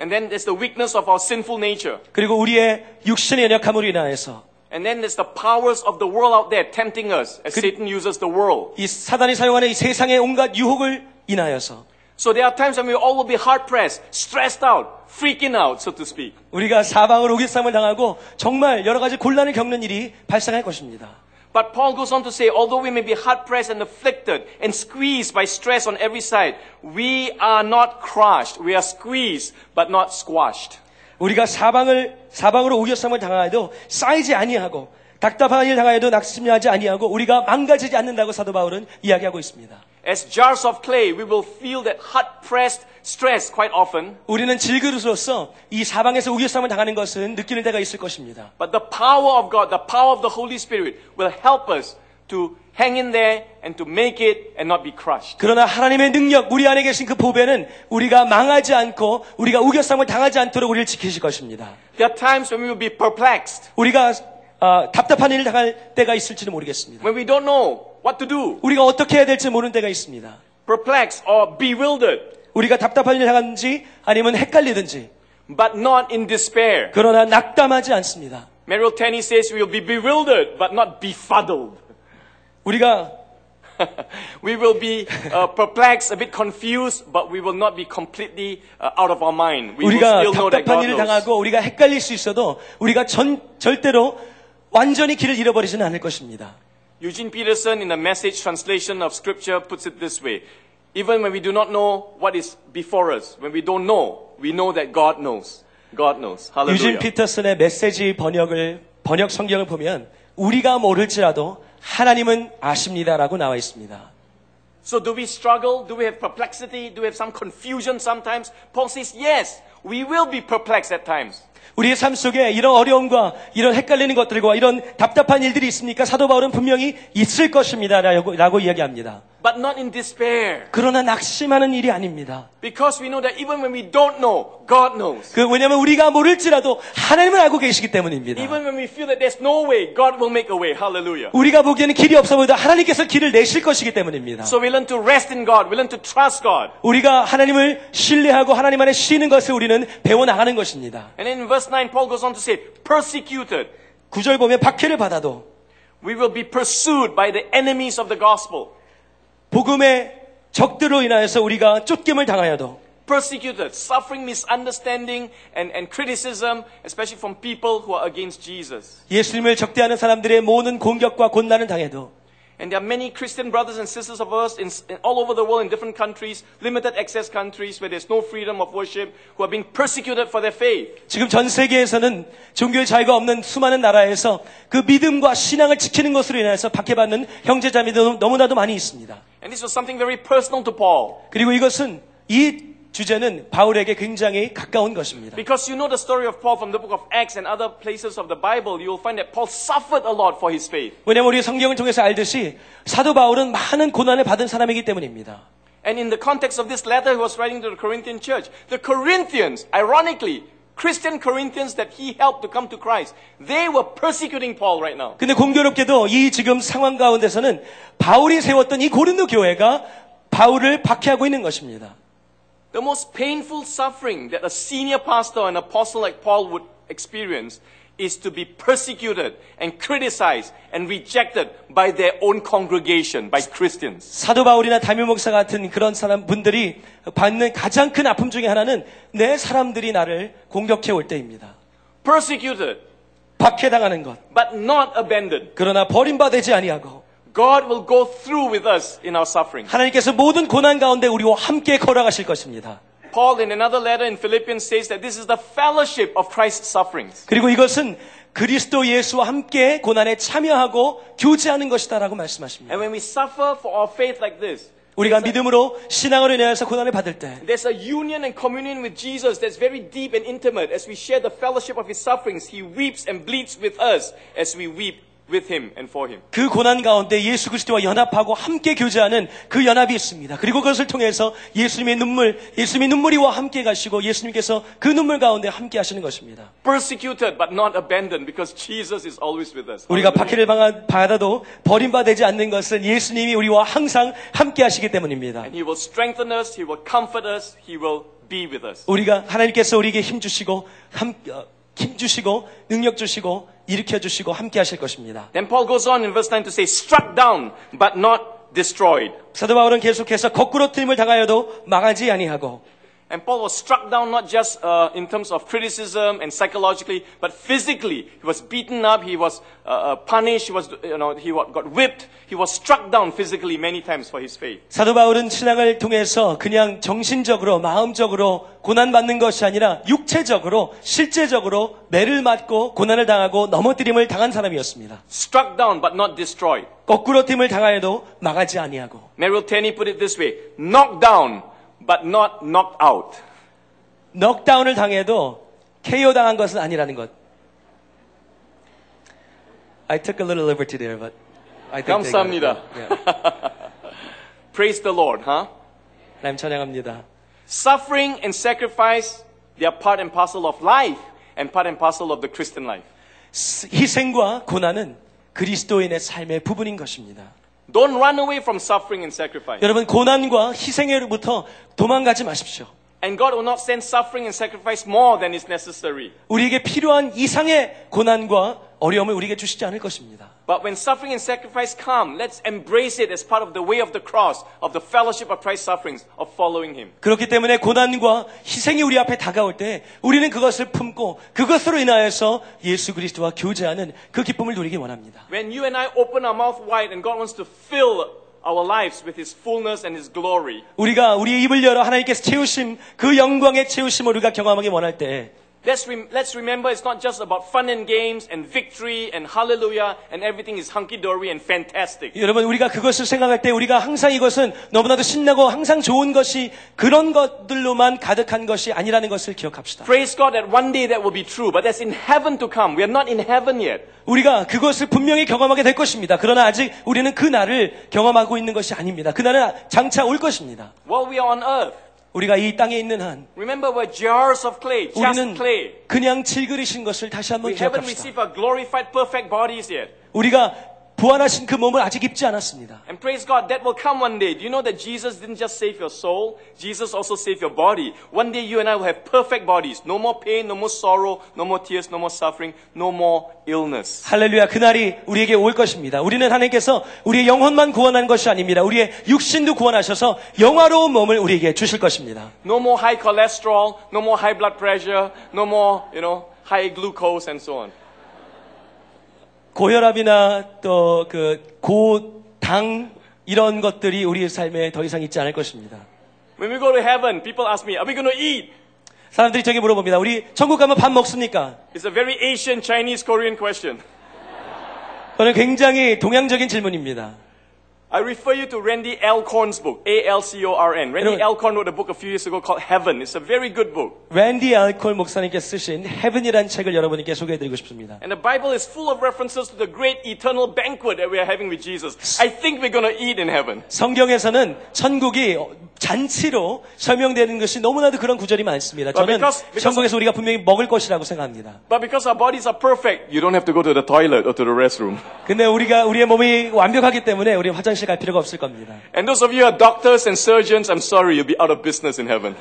S1: And then there's the weakness of our sinful nature.
S2: 그리고 우리의 육신의 연약함으로 인하여서
S1: And then there's the powers of the world out there tempting us as
S2: Could-
S1: Satan uses the world.
S2: 이 사단이 사용하는 이 세상의 온갖 유혹을 인하여서
S1: So there are times when we all will be hard pressed, stressed out, freaking out, so to speak.
S2: 우리가 사방을 오기싸움을 당하고 정말 여러 가지 곤란을 겪는 일이 발생할 것입니다.
S1: But Paul goes on to say, although we may be hard pressed and afflicted and squeezed by stress on every side, we are not crushed. We are squeezed, but not squashed.
S2: 우리가 사방을 사방으로 오기싸움을 당하여도 쌓이지 아니하고 답답한 일 당하여도 낙심하지 아니하고 우리가 망가지지 않는다고 사도 바울은 이야기하고 있습니다.
S1: As jars of clay, we will feel that hard pressed stress quite often.
S2: 우리는 질그릇으로서 이 사방에서 우겨싸움을 당하는 것은 느끼는 때가 있을 것입니다.
S1: But the power of God, the power of the Holy Spirit will help us to hang in there and to make it and not be crushed.
S2: 그러나 하나님의 능력, 우리 안에 계신 그 보배는 우리가 망하지 않고 우리가 우겨싸움을 당하지 않도록 우리를 지키실 것입니다.
S1: There are times when we will be perplexed,
S2: 우리가 아, 답답한 일을 당할 때가 있을지는 모르겠습니다.
S1: when we don't know what to do,
S2: 우리가 어떻게 해야 될지 모르는 때가 있습니다.
S1: perplexed or bewildered,
S2: 우리가 답답한 일을 당하는지 아니면 헷갈리든지
S1: but not in despair.
S2: 그러나 낙담하지 않습니다.
S1: Merrill Tenney says we will be bewildered, but not befuddled.
S2: 우리가
S1: we will be uh, perplexed, a bit confused, but we will not be completely uh, out of our mind. We will
S2: 우리가
S1: still know that
S2: 답답한
S1: God
S2: 일을
S1: knows.
S2: 당하고 우리가 헷갈릴 수 있어도 우리가 전- 절대로 완전히 길을 잃어버리지는 않을 것입니다.
S1: Eugene Peterson, in the message translation of Scripture, puts it this way Even when we do not know what is before us, when we don't know, we know that God knows. God knows. Hallelujah.
S2: 유진 피터슨의 메시지 번역을 번역 성경을 보면 우리가 모를지라도 하나님은 아십니다라고 나와 있습니다.
S1: So, do we struggle? Do we have perplexity? Do we have some confusion sometimes? Paul says, Yes, we will be perplexed at times.
S2: 우리의 삶 속에 이런 어려움과 이런 헷갈리는 것들과 이런 답답한 일들이 있으니까 사도 바울은 분명히 있을 것입니다라고 라고 이야기합니다.
S1: but not in despair.
S2: 그러나 낙심하는 일이 아닙니다.
S1: Because we know that even when we don't know, God knows.
S2: 그 왜냐하면 우리가 모를지라도 하나님은 알고 계시기 때문입니다.
S1: Even when we feel that there's no way, God will make a way. Hallelujah.
S2: 우리가 보기에는 길이 없어 보여도 하나님께서 길을 내실 것이기 때문입니다.
S1: So we learn to rest in God. We learn to trust God.
S2: 우리가 하나님을 신뢰하고 하나님 안에 쉬는 것을 우리는 배워 나가는 것입니다.
S1: And then in verse 9, Paul goes on to say, persecuted.
S2: 구절 보면 박해를 받아도
S1: We will be pursued by the enemies of the gospel.
S2: 복음의 적들로 인하여서 우리가 쫓김을 당하여도
S1: Persecuted, suffering misunderstanding and, and criticism, especially from people who are against Jesus.
S2: 예수님을 적대하는 사람들의 모든 공격과 곤란을 당해도
S1: And there are many Christian brothers and sisters of us in, in all over the world, in different countries, limited access countries where there's no freedom of worship, who are being persecuted for their faith.
S2: 지금 전 세계에서는 종교의 자유가 없는 수많은 나라에서 그 믿음과 신앙을 지키는 것으로 인해서 박해받는 형제자매도 너무나도 많이 있습니다.
S1: And this was something very personal to Paul.
S2: 그리고 이것은 이 주제는 바울에게 굉장히 가까운 것입니다.
S1: Because you know the story of Paul from the book of Acts and other places of the Bible, you will find that Paul suffered a lot for his faith.
S2: 왜냐하면 우리 성경을 통해서 알듯이 사도 바울은 많은 고난을 받은 사람이기 때문입니다.
S1: And in the context of this letter he was writing to the Corinthian church, the Corinthians, ironically, Christian Corinthians that he helped to come to Christ, they were persecuting Paul right now.
S2: 근데 공교롭게도 이 지금 상황 가운데서는 바울이 세웠던 이 고린도 교회가 바울을 박해하고 있는 것입니다.
S1: The most painful suffering that a senior pastor and apostle like Paul would experience is to be persecuted and criticized and rejected by their own congregation, by Christians.
S2: 사도 바울이나 담임 목사 같은 그런 사람 분들이 받는 가장 큰 아픔 중에 하나는 내 사람들이 나를 공격해 올 때입니다.
S1: Persecuted,
S2: 박해당하는 것.
S1: but not abandoned.
S2: 그러나 버림받지 아니하고
S1: God will go through with us in our suffering.
S2: 하나님께서 모든 고난 가운데 우리와 함께 걸어가실 것입니다.
S1: Paul, in another letter in Philippians, says that this is the fellowship of Christ's sufferings.
S2: 그리고 이것은 그리스도 예수와 함께 고난에 참여하고 교제하는 것이다라고 말씀하십니다.
S1: And when we suffer for our faith like this,
S2: 우리가 믿음으로 신앙을 인하여서 고난을 받을 때
S1: there's a union and communion with Jesus that's very deep and intimate. As we share the fellowship of his sufferings, he weeps and bleeds with us as we weep with him and for him.
S2: 그 고난 가운데 예수 그리스도와 연합하고 함께 교제하는 그 연합이 있습니다. 그리고 그것을 통해서 예수님의 눈물, 예수님의 눈물이와 함께 가시고 예수님께서 그 눈물 가운데 함께 하시는 것입니다.
S1: Persecuted but not abandoned because Jesus is always with us.
S2: 우리가
S1: Hallelujah.
S2: 박해를 받아- 받아도 버림받지 않는 것은 예수님이 우리와 항상 함께 하시기 때문입니다.
S1: He will strengthen us, he will comfort us, he will be with us.
S2: 우리가 하나님께서 우리에게 힘 주시고 함, 어, 힘 주시고 능력 주시고 일으켜 주시고 함께 하실 것입니다.
S1: Then Paul goes on in verse 9 to say, struck down but not destroyed.
S2: 사도 바울은 계속해서 거꾸로 트임을 당하여도 망하지 아니하고
S1: And Paul was struck down not just uh, in terms of criticism and psychologically, but physically. He was beaten up, he was uh, uh, punished, he, was, you know, he wa- got whipped. He was struck down physically many times for his faith.
S2: 사도 바울은 신앙을 통해서 그냥 정신적으로 마음적으로 고난받는 것이 아니라 육체적으로 실제적으로 매를 맞고 고난을 당하고 넘어뜨림을 당한 사람이었습니다.
S1: Struck down but not destroyed.
S2: 거꾸로 팀을 당하여도 망하지 아니하고
S1: Merrill Tenney put it this way knocked down but not knocked out.
S2: 넉다운을 당해도 KO 당한 것은 아니라는 것. I took a little liberty there, but I think they got it.
S1: 감사합니다.
S2: Yeah.
S1: Praise the Lord, huh?
S2: 하나님 찬양합니다.
S1: Suffering and sacrifice, they are part and parcel of life and part and parcel of the Christian life.
S2: 스- 희생과 고난은 그리스도인의 삶의 부분인 것입니다.
S1: Don't run away from suffering and sacrifice.
S2: 여러분 고난과 희생으로부터 도망가지 마십시오.
S1: And God will not send suffering and sacrifice more than is necessary.
S2: 우리에게 필요한 이상의 고난과 어려움을 우리에게 주시지 않을 것입니다.
S1: But when suffering and sacrifice come, let's embrace it as part of the way of the cross, of the fellowship of Christ's sufferings, of following Him.
S2: 그렇기 때문에 고난과 희생이 우리 앞에 다가올 때 우리는 그것을 품고 그것으로 인하여서 예수 그리스도와 교제하는 그 기쁨을 누리기 원합니다.
S1: When you and I open our mouth wide and God wants to fill our lives with His fullness and His glory,
S2: 우리가 우리의 입을 열어 하나님께서 채우심 그 영광의 채우심을 우리가 경험하기 원할 때
S1: let's, rem- let's remember it's not just about fun and games and victory and hallelujah and everything is hunky-dory and fantastic.
S2: 여러분 우리가 그것을 생각할 때 우리가 항상 이것은 너무나도 신나고 항상 좋은 것이 그런 것들로만 가득한 것이 아니라는 것을 기억합시다.
S1: Praise God that one day that will be true, but that's in heaven to come. We are not in heaven yet.
S2: 우리가 그것을 분명히 경험하게 될 것입니다. 그러나 아직 우리는 그 날을 경험하고 있는 것이 아닙니다. 그날은 장차 올 것입니다.
S1: While we are on earth,
S2: 우리가 이 땅에 있는 한
S1: remember we're jars of clay,
S2: 우리는
S1: just clay.
S2: 그냥 질그리신 것을 다시 한번
S1: We haven't
S2: 기억합시다.
S1: received our glorified perfect bodies yet.
S2: 우리가 부활하신 그 몸을 아직 입지 않았습니다.
S1: And praise God, that will come one day. Do you know that Jesus didn't just save your soul? Jesus also saved your body. One day you and I will have perfect bodies. No more pain, no more sorrow, no more tears, no more suffering, no more illness.
S2: 할렐루야 그날이 우리에게 올 것입니다. 우리는 하나님께서 우리의 영혼만 구원한 것이 아닙니다. 우리의 육신도 구원하셔서 영화로운 몸을 우리에게 주실 것입니다.
S1: No more high cholesterol, no more high blood pressure, no more, you know, high glucose and so on.
S2: 고혈압이나 또 그 고당 이런 것들이 우리의 삶에 더 이상 있지 않을 것입니다.
S1: When we go to heaven, people ask me, are we going to eat?
S2: 사람들이 저기 물어봅니다. 우리 천국 가면 밥 먹습니까?
S1: It's a very Asian, Chinese, Korean question.
S2: 저는 굉장히 동양적인 질문입니다.
S1: I refer you to Randy Alcorn's book, A-L-C-O-R-N. Randy
S2: Everyone-
S1: Alcorn wrote a book a few years ago called Heaven. It's a very good book.
S2: 랜디 알콜 목사님께서 쓰신 헤븐이란 책을 여러분께 소개해드리고 싶습니다.
S1: And the Bible is full of references to the great eternal banquet that we are having with Jesus. I think we're going to eat in heaven.
S2: 성경에서는 천국이 잔치로 설명되는 것이 너무나도 그런 구절이 많습니다. 저는
S1: because- because-
S2: 천국에서 우리가 분명히 먹을 것이라고 생각합니다.
S1: But because our bodies are perfect, you don't have to go to the toilet or to the restroom.
S2: 근데 우리가 우리의 몸이 완벽하기 때문에 우리 화장실 갈 필요가 없을 겁니다.
S1: And those of you who are doctors and surgeons, I'm sorry, you'll be out of business in heaven.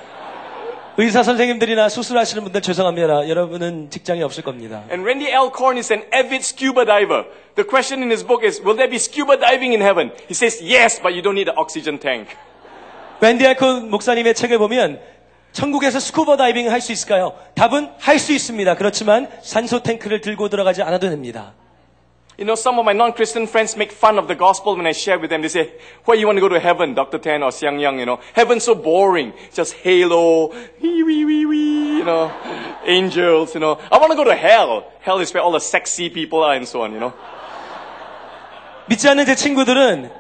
S2: 의사 선생님들이나 수술하시는 분들 죄송합니다. 여러분은 직장이 없을 겁니다.
S1: And Randy Alcorn is an avid scuba diver. The question in his book is, will there be scuba diving in heaven? He says, yes, but you don't need an oxygen tank.
S2: 랜디 알콘 목사님의 책을 보면 천국에서 스쿠버 다이빙 할 수 있을까요? 답은 할 수 있습니다. 그렇지만 산소 탱크를 들고 들어가지 않아도 됩니다.
S1: You know, some of my non-Christian friends make fun of the gospel when I share with them. They say, where you want to go to heaven, Dr. Tan or Xiang Yang, you know. Heaven's so boring. Just halo, wee, wee, wee, wee, you know. Angels, you know. I want to go to hell. Hell is where all the sexy people are and so on, you know.
S2: 믿지 않는 제 친구들은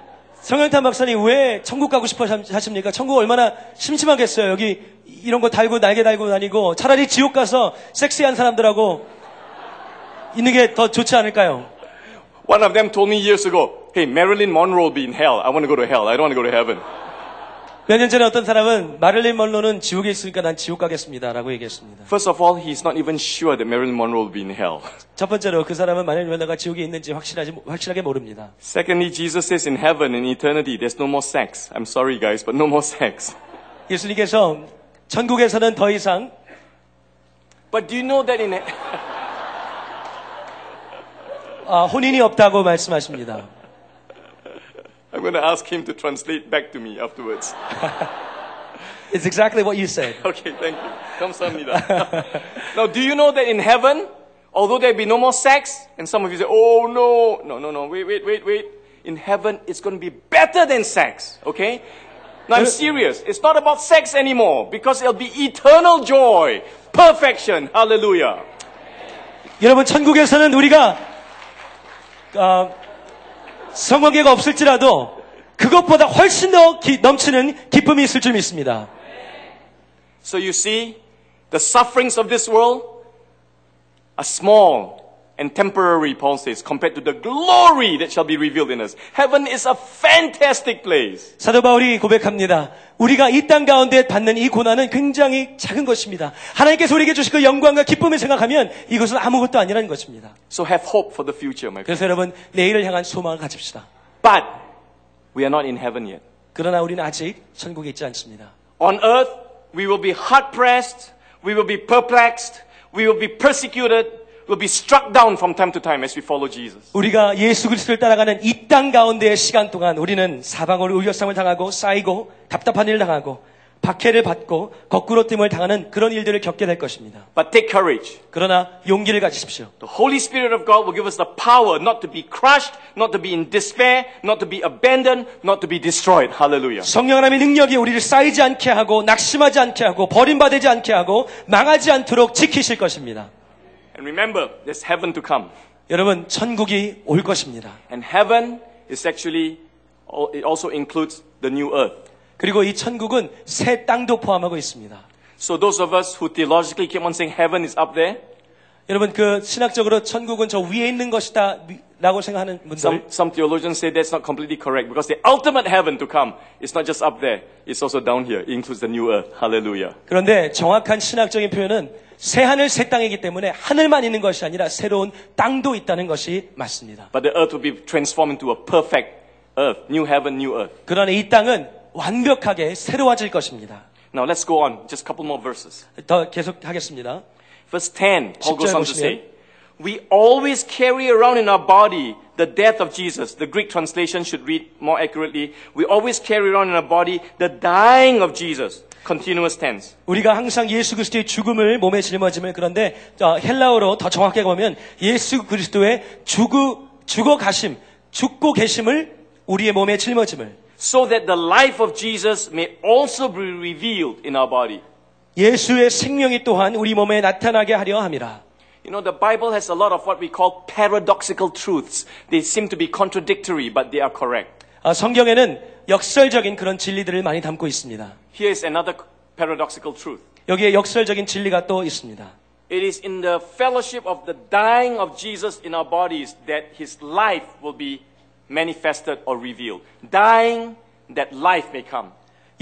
S2: 성현탄 박사님 왜 천국 가고 싶어 하십니까? 천국 얼마나 심심하겠어요. 여기 이런 거 달고 날개 달고 다니고 차라리 지옥 가서 섹시한 사람들하고 있는 게 더 좋지 않을까요?
S1: One of them told me years ago, hey, Marilyn Monroe will be in hell. I want to go to hell. I don't want to go to heaven.
S2: 몇 년 전에 어떤 사람은 마릴린 먼로는 지옥에 있으니까 난 지옥 가겠습니다. 라고 얘기했습니다.
S1: First of all, he's not even sure that Marilyn Monroe will be in hell.
S2: 첫 번째로 그 사람은 마릴린 먼로가 지옥에 있는지 확실하지, 확실하게 모릅니다.
S1: Secondly, Jesus says in heaven, in eternity, there's no more sex. I'm sorry, guys, but no more sex.
S2: 예수님께서 천국에서는 더 이상
S1: But do you know that in, he-
S2: 아, 혼인이 없다고 말씀하십니다.
S1: I'm going to ask him to translate back to me afterwards.
S2: It's exactly what you said.
S1: Okay, thank you. 감사합니다. now, do you know that in heaven, although there be no more sex, and some of you say, oh no, no, no, no, wait, wait, wait, wait. In heaven, it's going to be better than sex, okay? Now, I'm serious. It's not about sex anymore because it'll be eternal joy, perfection. Hallelujah.
S2: 여러분 천국에서는 우리가 아, 성관계가 없을지라도 그것보다 훨씬 더 기- 넘치는 기쁨이 있을 줄 믿습니다.
S1: So you see, the sufferings of this world are small and temporary, Paul says, compared to the glory that shall be revealed in us. Heaven is a fantastic place.
S2: 사도 바울이 고백합니다. 우리가 이 땅 가운데 받는 이 고난은 굉장히 작은 것입니다. 하나님께서 우리에게 주신 그 영광과 기쁨을 생각하면 이것은 아무것도 아니라는 것입니다.
S1: So have hope for the future, my friend.
S2: 그래서 여러분 내일을 향한 소망을 가집시다.
S1: But we are not in heaven yet.
S2: 그러나 우리는 아직 천국에 있지 않습니다.
S1: On earth, we will be hard pressed, we will be perplexed, we will be persecuted, we'll be struck down from time to time as we follow Jesus.
S2: 우리가 예수 그리스도를 따라가는 이 땅 가운데의 시간 동안 우리는 사방으로 의협상을 당하고 쌓이고 답답한 일을 당하고 박해를 받고 거꾸로 뜸을 당하는 그런 일들을 겪게 될 것입니다.
S1: But take courage.
S2: 그러나 용기를 가지십시오.
S1: The Holy Spirit of God will give us the power not to be crushed, not to be in despair, not to be abandoned, not to be destroyed. Hallelujah.
S2: 성령 하나님의 능력이 우리를 쌓이지 않게 하고 낙심하지 않게 하고 버림받지 않게 하고 망하지 않도록 지키실 것입니다.
S1: And remember, there's heaven to come.
S2: 여러분 천국이 올 것입니다.
S1: And heaven is actually, it also includes the new earth.
S2: 그리고 이 천국은 새 땅도 포함하고 있습니다.
S1: So those of us who theologically keep on saying heaven is up there,
S2: 여러분 그 신학적으로 천국은 저 위에 있는 것이다라고 생각하는 분들
S1: some, some theologians say that's not completely correct because the ultimate heaven to come is not just up there, it's also down here. It includes the new earth. Hallelujah.
S2: 그런데 정확한 신학적인 표현은 새 하늘 새 땅이기 때문에 하늘만 있는 것이 아니라 새로운 땅도 있다는 것이 맞습니다.
S1: But the earth will be transformed into a perfect earth. New heaven, new earth.
S2: 그러나 이 땅은 완벽하게 새로워질 것입니다.
S1: Now let's go on. Just a couple more verses.
S2: 더 계속 하겠습니다.
S1: Verse 10, Paul goes on to
S2: 10절
S1: say, We always carry around in our body the death of Jesus. The Greek translation should read more accurately. We always carry around in our body the dying of Jesus. Continuous tense.
S2: 우리가 항상 예수 그리스도의 죽음을 몸에 짊어짐을 그런데 어, 헬라어로 더 정확하게 보면 예수 그리스도의 죽어 죽어 가심, 죽고 계심을 우리의 몸에 짊어짐을
S1: so that the life of Jesus may also be revealed in our body.
S2: 예수의 생명이 또한 우리 몸에 나타나게 하려 함이라.
S1: You know, the Bible has a lot of what we call paradoxical truths. They seem to be contradictory, but they are correct.
S2: 아, 성경에는 역설적인 그런 진리들을 많이 담고 있습니다.
S1: Here is another paradoxical truth.
S2: 여기에 역설적인 진리가 또 있습니다.
S1: It is in the fellowship of the dying of Jesus in our bodies that his life will be manifested or revealed. Dying that life may come.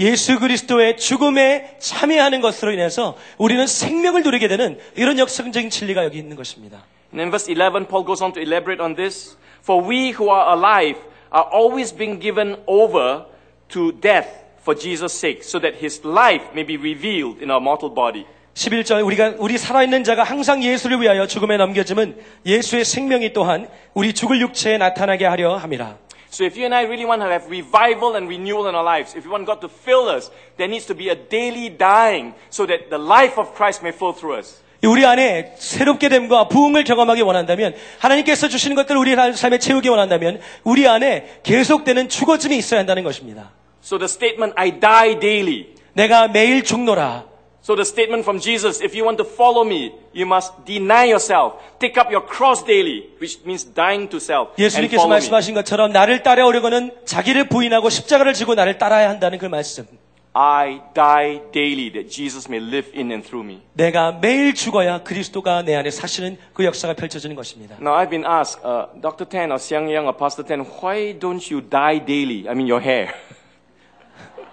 S2: 예수 그리스도의 죽음에 참여하는 것으로 인해서 우리는 생명을 누리게 되는 이런 역설적인 진리가 여기 있는 것입니다.
S1: And in verse 11, Paul goes on to elaborate on this. For we who are alive are always being given over to death for Jesus' sake, so that his life may be revealed in our mortal body.
S2: 11절 우리가 우리 살아있는 자가 항상 예수를 위하여 죽음에 넘겨짐은 예수의 생명이 또한 우리 죽을 육체에 나타나게 하려 함이라.
S1: So if you and I really want to have revival and renewal in our lives, if we want God to fill us, there needs to be a daily dying so that the life of Christ may flow through us.
S2: 우리 안에 새롭게 됨과 부흥을 경험하기 원한다면 하나님께서 주시는 것들을 우리 삶에 채우기 원한다면 우리 안에 계속되는 죽어짐이 있어야 한다는 것입니다.
S1: So the statement, I die daily.
S2: 내가 매일 죽노라.
S1: So the statement from Jesus, if you want to follow me, you must deny yourself. Take up your cross daily, which means dying to self. And
S2: 예수님께서
S1: follow me.
S2: 말씀하신 것처럼 나를 따라오려거는 자기를 부인하고 십자가를 지고 나를 따라야 한다는 그 말씀.
S1: I die daily that Jesus may live in and through me.
S2: 내가 매일 죽어야 그리스도가 내 안에 사시는 그 역사가 펼쳐지는 것입니다.
S1: Now I've been asked, uh, Dr. Tan or Xiang Yang or Pastor Tan, why don't you dye daily? I mean your hair.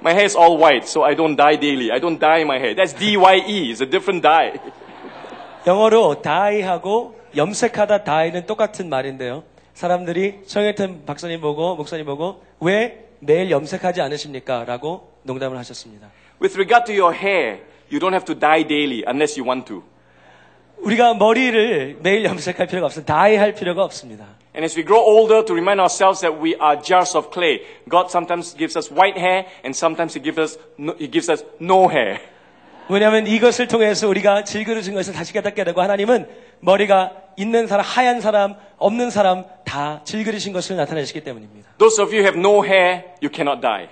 S1: my hair is all white, so I don't dye daily. I don't dye my hair. That's D-Y-E. It's a different dye.
S2: 영어로 die하고 염색하다 die는 똑같은 말인데요. 사람들이 청일튼 박사님 보고 목사님 보고 왜 매일 염색하지 않으십니까? 라고 농담을 하셨습니다.
S1: With regard to your hair, you don't have to dye daily unless you want to.
S2: 우리가 머리를 매일 염색할 필요가 없어요. die할 필요가 없습니다.
S1: And as we grow older, to remind ourselves that we are jars of clay. God sometimes gives us white hair, and sometimes He gives us no, He gives us no hair.
S2: 왜냐하면 이것을 통해서 우리가 질그릇인 것을 다시 깨닫게 되고 하나님은 머리가 있는 사람, 하얀 사람, 없는 사람 다 질그릇인 것을 나타내시기 때문입니다.
S1: Those of you who have no hair, you cannot die.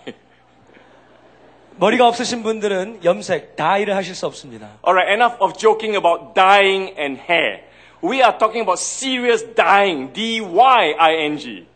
S2: 머리가 없으신 분들은 염색, 다이를 하실 수 없습니다.
S1: All right, enough of joking about dying and hair. We are talking about serious dying. D Y I N G.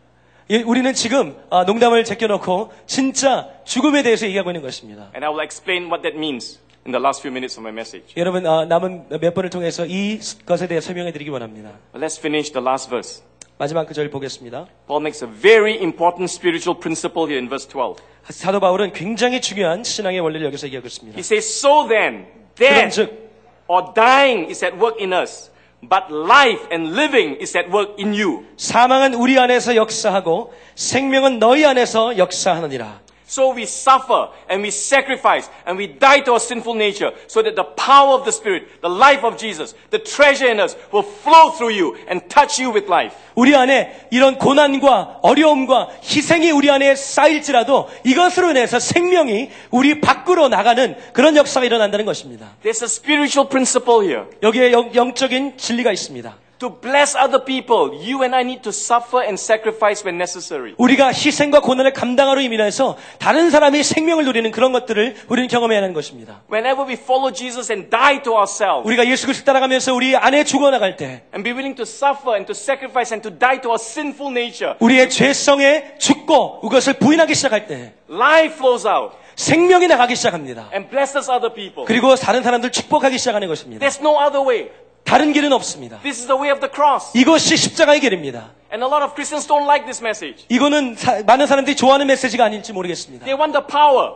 S2: 예, 우리는 지금 아, 농담을 제껴놓고 진짜 죽음에 대해서 얘기하고 있는 것입니다.
S1: And I will explain what that means in the last few minutes of my message.
S2: 여러분 아, 남은 몇 번을 통해서 이것에 대해 설명해드리기 원합니다.
S1: But let's finish the last verse.
S2: 마지막 그절 보겠습니다.
S1: Paul makes a very important spiritual principle here in verse 12.
S2: 사도 바울은 굉장히 중요한 신앙의 원리를 여기서 얘기하고 있습니다.
S1: He says, So then, death
S2: 그런즉
S1: or dying is at work in us, but life and living is at work in you.
S2: 사망은 우리 안에서 역사하고 생명은 너희 안에서 역사하느니라.
S1: So we suffer and we sacrifice and we die to our sinful nature so that the power of the Spirit, the life of Jesus, the treasure in us will flow through you and touch you with life.
S2: 우리 안에 이런 고난과 어려움과 희생이 우리 안에 쌓일지라도 이것으로 인해서 생명이 우리 밖으로 나가는 그런 역사가 일어난다는 것입니다.
S1: There's a spiritual principle here.
S2: 여기에 영, 영적인 진리가 있습니다.
S1: To bless other people, you and I need to suffer and sacrifice when necessary.
S2: 우리가 희생과 고난을 감당하러 이민해서 다른 사람이 생명을 누리는 그런 것들을 우리는 경험해야 하는 것입니다.
S1: Whenever we follow Jesus and die to ourselves
S2: 우리가 예수 그리스도 따라가면서 우리 안에 죽어나갈 때
S1: and be willing to suffer and to sacrifice and to die to our sinful nature,
S2: 우리의 죄성에 죽고 그것을 부인하기 시작할 때
S1: life flows out
S2: 생명이 나가기 시작합니다.
S1: and blesses other people.
S2: 그리고 다른 사람들 축복하기 시작하는 것입니다.
S1: There's no other way.
S2: 다른 길은 없습니다.
S1: This is the way of the cross.
S2: 이것이 십자가의 길입니다.
S1: And a lot of Christians don't like this message.
S2: 이거는 사- 많은 사람들이 좋아하는 메시지가 아닐지 모르겠습니다.
S1: They want the power,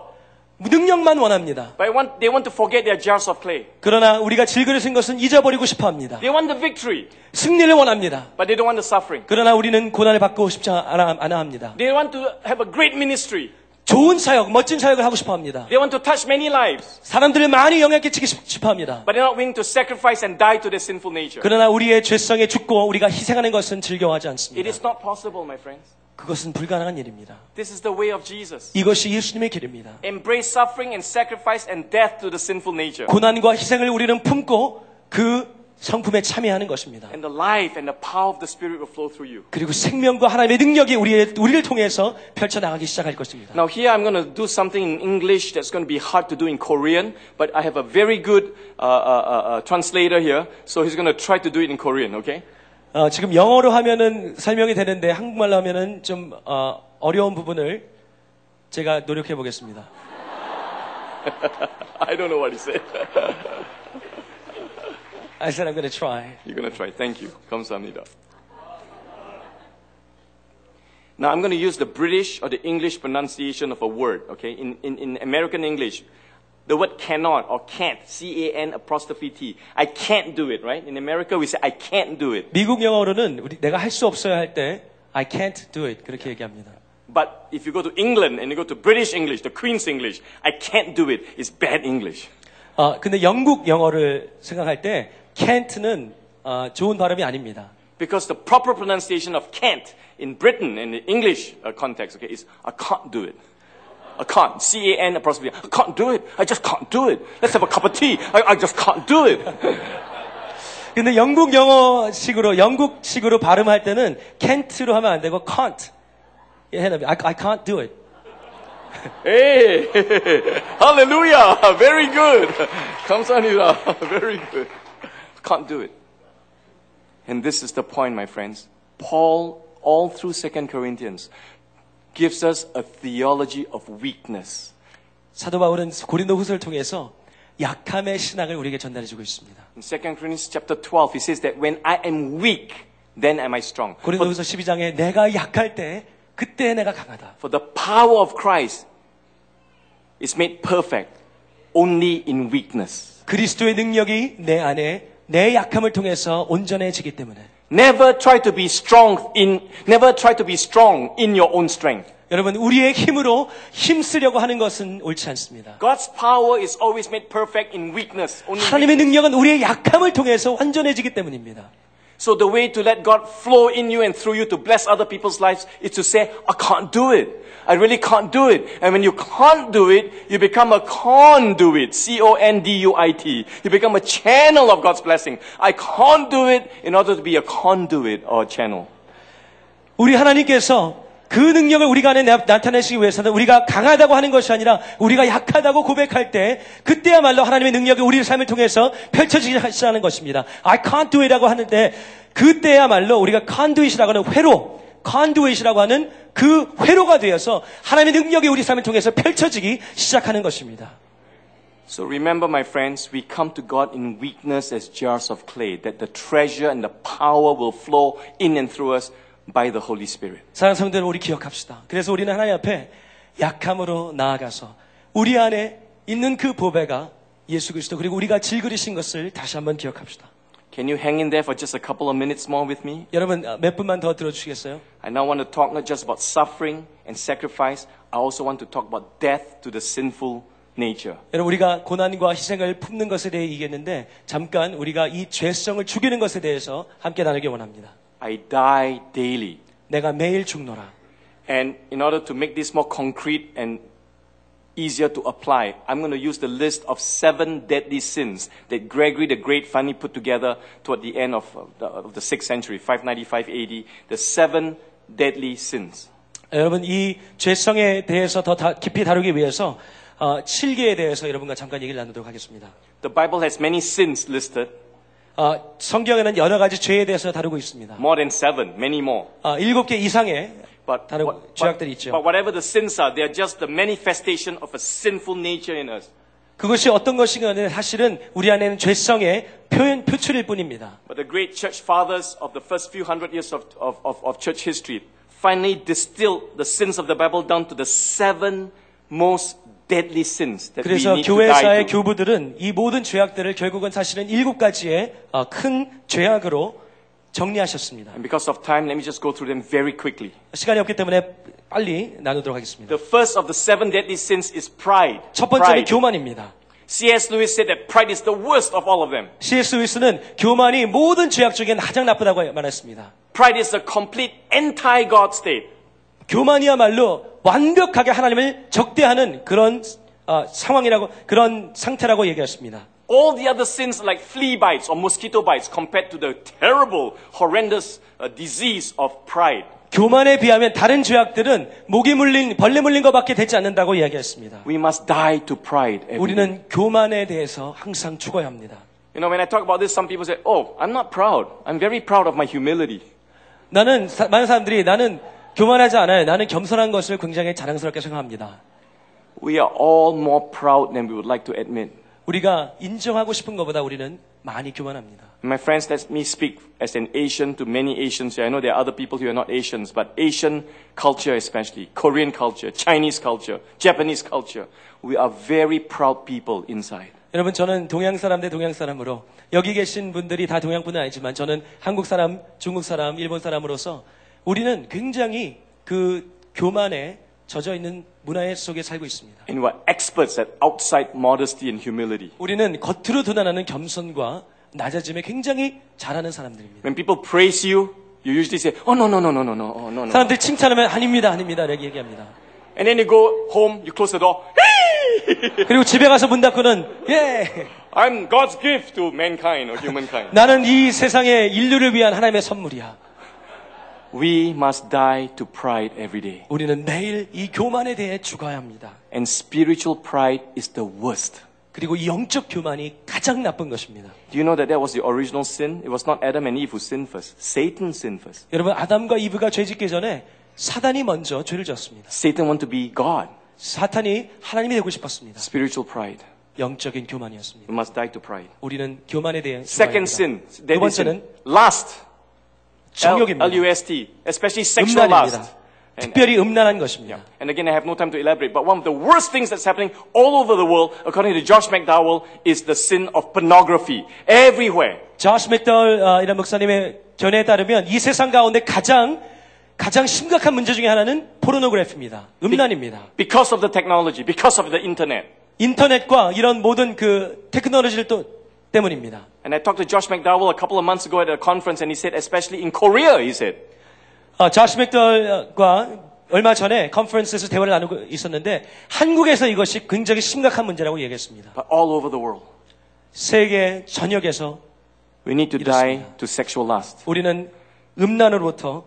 S2: 능력만 원합니다.
S1: but want, they want to forget their jars of clay.
S2: 그러나 우리가 질그릇인 것은 잊어버리고 싶어 합니다.
S1: They want the victory,
S2: 승리를 원합니다.
S1: but they don't want the suffering.
S2: 그러나 우리는 고난을 받고 싶지 않아, 않아 합니다.
S1: They want to have a great ministry.
S2: 좋은 사역, 멋진 사역을 하고 싶어 합니다.
S1: They want to touch many lives,
S2: 사람들을 많이 영향 끼치기 싶- 싶어 합니다.
S1: but they're not willing to sacrifice and die to their sinful nature.
S2: 그러나 우리의 죄성에 죽고 우리가 희생하는 것은 즐겨하지
S1: It
S2: 않습니다.
S1: is not possible, my friends.
S2: 그것은 불가능한 일입니다.
S1: This is the way of Jesus.
S2: 이것이 예수님의 길입니다.
S1: Embrace suffering and sacrifice and death to the sinful nature.
S2: 고난과 희생을 우리는 품고 그 성품에 참여하는 것입니다.
S1: And the life and the power of the Spirit will flow through you.
S2: 그리고 생명과 하나님의 능력이 우리의, 우리를 통해서 펼쳐나가기 시작할 것입니다.
S1: Now here I'm going to do something in English that's going to be hard to do in Korean, but I have a very good uh, uh, uh, uh, translator here, so he's going to try to do it in Korean, okay?
S2: 어, 지금 영어로 하면은 설명이 되는데 한국말로 하면은 좀 어, 어려운 부분을 제가 노력해 보겠습니다.
S1: I don't know what he said.
S2: I said I'm gonna try.
S1: You're going to try. Thank you. 감사합니다. Now I'm going to use the British or the English pronunciation of a word, okay? In, in, in American English, the word cannot or can't, C-A-N apostrophe T. I can't do it, right? In America, we say I can't do it.
S2: 미국 영어로는 우리, 내가 할 수 없어야 할 때 I can't do it 그렇게 얘기합니다.
S1: But if you go to England and you go to British English, the Queen's English, I can't do it. It's bad English.
S2: 어, 근데 영국 영어를 생각할 때 can't는 어, 좋은 발음이 아닙니다.
S1: Because the proper pronunciation of can't in Britain in the English uh, context, okay, is I can't do it. I can't. C-A-N apostrophe. I can't do it. I just can't do it. Let's have a cup of tea. I, I just can't do it.
S2: 근데 영국 영어식으로 영국식으로 발음할 때는 can't로 하면 안 되고 can't. 예, 해나 I, I can't do it.
S1: Hey, hallelujah. Very good. 감사합니다. Very good. Can't do it. And this is the point, my friends. Paul, all through 2 Corinthians, gives us a theology of weakness.
S2: 사도 바울은 고린도 후서를 통해서 약함의 신학을 우리에게 전달해 주고 있습니다.
S1: In 2 Corinthians chapter 12, he says that when I am weak, then am I strong. For,
S2: 고린도후서 12장에 내가 약할 때 그때 내가 강하다.
S1: for the power of Christ is made perfect only in weakness.
S2: 그리스도의 능력이 내 안에 내 약함을 통해서 온전해지기 때문에
S1: Never try to be strong in, never try to be strong in your own strength.
S2: 여러분 우리의 힘으로 힘쓰려고 하는 것은 옳지 않습니다.
S1: God's power is always made perfect in weakness. Only weak-
S2: 하나님의 능력은 우리의 약함을 통해서 완전해지기 때문입니다.
S1: So the way to let God flow in you and through you to bless other people's lives is to say, I can't do it. I really can't do it. And when you can't do it, you become a conduit. C-O-N-D-U-I-T. You become a channel of God's blessing. I can't do it in order to be a conduit or a channel.
S2: 우리 하나님께서 그 능력을 우리가 안에 나- 나타내시기 위해서는 우리가 강하다고 하는 것이 아니라 우리가 약하다고 고백할 때 그때야말로 하나님의 능력이 우리 삶을 통해서 펼쳐지기 시작하는 것입니다. I can't do it라고 하는데 그때야말로 우리가 conduit이라고 하는 회로 conduit이라고 하는 그 회로가 되어서 하나님의 능력이 우리 삶을 통해서 펼쳐지기 시작하는 것입니다.
S1: So remember, my friends, we come to God in weakness as jars of clay, that the treasure and the power will flow in and through us by the Holy Spirit.
S2: 사랑하는 성도들 우리 기억합시다. 그래서 우리는 하나님 앞에 약함으로 나아가서 우리 안에 있는 그 보배가 예수 그리스도 그리고 우리가 질그리신 것을 다시 한번 기억합시다.
S1: Can you hang in there for just a couple of minutes more with me?
S2: 여러분 아, 몇 분만 더 들어주시겠어요?
S1: I now want to talk not just about suffering and sacrifice, I also want to talk about death to the sinful nature.
S2: 여러분 우리가 고난과 희생을 품는 것에 대해 얘기했는데 잠깐 우리가 이 죄성을 죽이는 것에 대해서 함께 나누기 원합니다.
S1: I die daily.
S2: 내가 매일 죽노라.
S1: And in order to make this more concrete and easier to apply, I'm going to use the list of seven deadly sins that Gregory the Great finally put together toward the end of uh, the, of the 6th century, 595 AD, the seven deadly sins.
S2: 여러분 이 죄성에 대해서 더 다- 깊이 다루기 위해서 어, 7개에 대해서 여러분과 잠깐 얘기를 나누도록 하겠습니다.
S1: The Bible has many sins listed,
S2: 어, 성경에는 여러 가지 죄에 대해서 다루고 있습니다.
S1: more than seven, many more.
S2: 아, 일곱 개 이상의
S1: But,
S2: 다른
S1: what-
S2: 죄악들이 있죠.
S1: but whatever the sins are, they are just the manifestation of a sinful nature in us.
S2: 그것이 어떤 것이냐는 사실은 우리 안에는 죄성의 표현 표출일 뿐입니다.
S1: But the great church fathers of the first few hundred years of, of, of, of church history finally distilled the sins of the Bible down to the seven most deadly sins that we
S2: 그래서
S1: need to die
S2: 교회사의
S1: to.
S2: 교부들은 이 모든 죄악들을 결국은 사실은 일곱 가지의 어, 큰 죄악으로 정리하셨습니다.
S1: And because of time, let me just go through them very quickly.
S2: 시간이 없기 때문에 빨리 나누도록 하겠습니다.
S1: The first of the seven deadly sins is pride.
S2: 첫 번째는
S1: Pride.
S2: 교만입니다.
S1: C.S. Lewis said that pride is the worst of all of them.
S2: C.S. 루이스는 교만이 모든 죄악 중에 가장 나쁘다고 말했습니다.
S1: Pride is a complete anti-God state.
S2: 교만이야말로 완벽하게 하나님을 적대하는 그런 어, 상황이라고 그런 상태라고 얘기했습니다.
S1: All the other sins like flea bites or mosquito bites compared to the terrible, horrendous uh, disease of pride.
S2: 교만에 비하면 다른 죄악들은 모기 물린 벌레 물린 것밖에 되지 않는다고 이야기했습니다.
S1: We must die to pride. every day.
S2: 우리는 교만에 대해서 항상 죽어야 합니다.
S1: You know, when I talk about this, some people say, oh, I'm not proud. I'm very proud of my humility.
S2: 나는 사- 많은 사람들이 나는 교만하지 않아요. 나는 겸손한 것을 굉장히 자랑스럽게 생각합니다.
S1: We are all more proud than we would like to admit.
S2: 우리가 인정하고 싶은 것보다 우리는 많이 교만합니다.
S1: My friends, let me speak as an Asian to many Asians here. I know there are other people who are not Asians, but Asian culture especially, Korean culture, Chinese culture, Japanese culture, we are very proud people inside.
S2: 여러분 저는 동양 사람 대 동양 사람으로 여기 계신 분들이 다 동양 분은 아니지만 저는 한국 사람, 중국 사람, 일본 사람으로서 우리는 굉장히 그 교만에 젖어 있는 문화 속에 살고 있습니다.
S1: And we're experts at outside modesty and humility.
S2: 우리는 겉으로 드러나는 겸손과 낮아짐에 굉장히 잘하는 사람들입니다.
S1: When people praise you, you usually say, oh, no, no, no, no, no, no, oh, no, no.
S2: 사람들이 칭찬하면 아닙니다, 아닙니다, 이렇게 얘기합니다.
S1: And then you go home, you close the door.
S2: 그리고 집에 가서 문 닫고는 예
S1: I'm God's gift to mankind or humankind.
S2: 나는 이 세상의 인류를 위한 하나님의 선물이야.
S1: we must die to pride every day.
S2: 우리는 매일 이 교만에 대해 죽어야 합니다.
S1: And spiritual pride is the worst.
S2: 그리고 이 영적 교만이 가장 나쁜 것입니다.
S1: Do you know that that was the original sin? It was not Adam and Eve who sinned first. Satan sinned first.
S2: 여러분 아담과 이브가 죄짓기 전에 사단이 먼저 죄를 지었습니다.
S1: Satan wanted to be God.
S2: 사탄이 하나님이 되고 싶었습니다.
S1: Spiritual pride.
S2: 영적인 교만이었습니다.
S1: We must die to pride.
S2: 우리는 교만에 대해
S1: Second
S2: 죽어야
S1: sin,
S2: 합니다. 두
S1: deadly sin.
S2: 번째는
S1: Lust.
S2: 정욕입니다.
S1: L-U-S-T. Especially sexual
S2: 음란입니다.
S1: lust. And,
S2: 특별히 음란한 것입니다.
S1: and again, I have no time to elaborate, but one of the worst things that's happening all over the world, according to Josh McDowell, is the sin of pornography. Everywhere.
S2: 조시 맥덜 아, 이란 목사님의 견해에 따르면 이 세상 가운데 가장 가장 심각한 문제 중에 하나는 포르노그래피입니다. 음란입니다.
S1: Because of the technology, because of the internet.
S2: 인터넷과 이런 모든 그 테크놀로지를 또 때문입니다.
S1: And I talked to Josh McDowell a couple of months ago at a conference, and he said, especially in Korea, he said,
S2: 아, 조시 맥덜과 얼마 전에 컨퍼런스에서 대화를 나누고 있었는데 한국에서 이것이 굉장히 심각한 문제라고 얘기했습니다.
S1: but all over the world.
S2: 세계 전역에서
S1: We need to die to sexual lust.
S2: 우리는 음란으로부터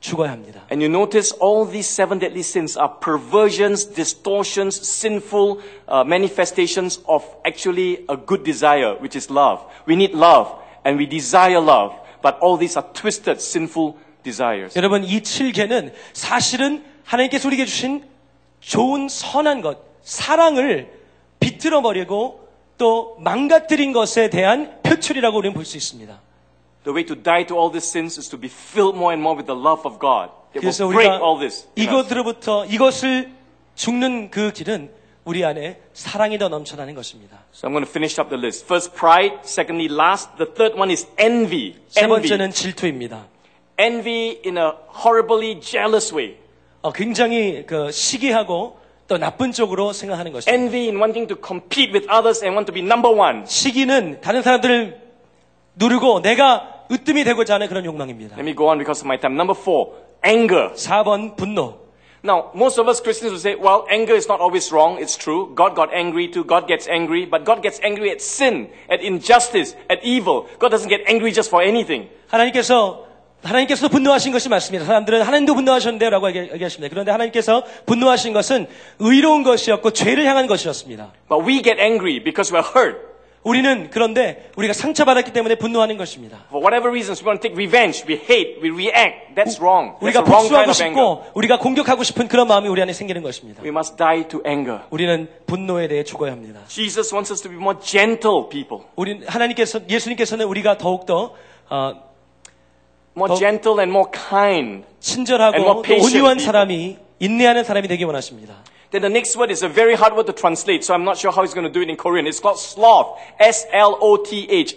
S2: 죽어야 합니다.
S1: And you notice all these seven deadly sins are perversions, distortions, sinful uh, manifestations of actually a good desire, which is love. We need love, and we desire love, but all these are twisted, sinful desires.
S2: 여러분 이 칠계는 사실은 하나님께서 우리에게 주신 좋은 선한 것, 사랑을 비틀어 버리고 또 망가뜨린 것에 대한 표출이라고 우리는 볼 수 있습니다.
S1: The way to die to all these sins is to be filled more and more with the love of God. It
S2: 그래서
S1: will break
S2: 우리가
S1: all this. in us.
S2: 이것으로부터 이것을 죽는 그 길은 우리 안에 사랑이 더 넘쳐나는 것입니다.
S1: So I'm going to finish up the list. First, pride. Secondly, lust. The third one is envy.
S2: 세
S1: Envy.
S2: 번째는 질투입니다.
S1: Envy in a horribly jealous way.
S2: 어, 굉장히 그 시기하고 또 나쁜 쪽으로 생각하는 것입니다.
S1: Envy in wanting to compete with others and want to be number one.
S2: 시기는 다른 사람들을 누르고 내가 으뜸이 되고자 하는 그런 욕망입니다.
S1: Let me go on because of my time. Number four, anger.
S2: 4번 분노.
S1: Now, most of us Christians will say, well, anger is not always wrong. It's true. God got angry too. God gets angry. But God gets angry at sin, at injustice, at evil. God doesn't get angry just for anything.
S2: 하나님께서 하나님께서도 분노하신 것이 맞습니다. 사람들은 하나님도 분노하셨는데라고 얘기- 얘기하십니다. 그런데 하나님께서 분노하신 것은 의로운 것이었고 죄를 향한 것이었습니다.
S1: But we get angry because we're hurt.
S2: 우리는 그런데 우리가 상처받았기 때문에 분노하는 것입니다.
S1: For whatever reasons, we want to take revenge, we hate, we react. That's wrong. That's
S2: 우리가
S1: the wrong kind
S2: 복수하고
S1: of anger.
S2: 싶고 우리가 공격하고 싶은 그런 마음이 우리 안에 생기는 것입니다.
S1: We must die to anger.
S2: 우리는 분노에 대해 죽어야 합니다.
S1: Jesus wants us to be more gentle people,
S2: 우리 하나님께서 예수님께서는 우리가 더욱더 어,
S1: more gentle and more kind. And
S2: 친절하고
S1: more
S2: 또
S1: patient
S2: 온유한
S1: people.
S2: 사람이 인내하는 사람이 되기 원하십니다.
S1: Then the next word is a very hard word to translate, so I'm not sure how he's going to do it in Korean. It's called sloth. S-L-O-T-H.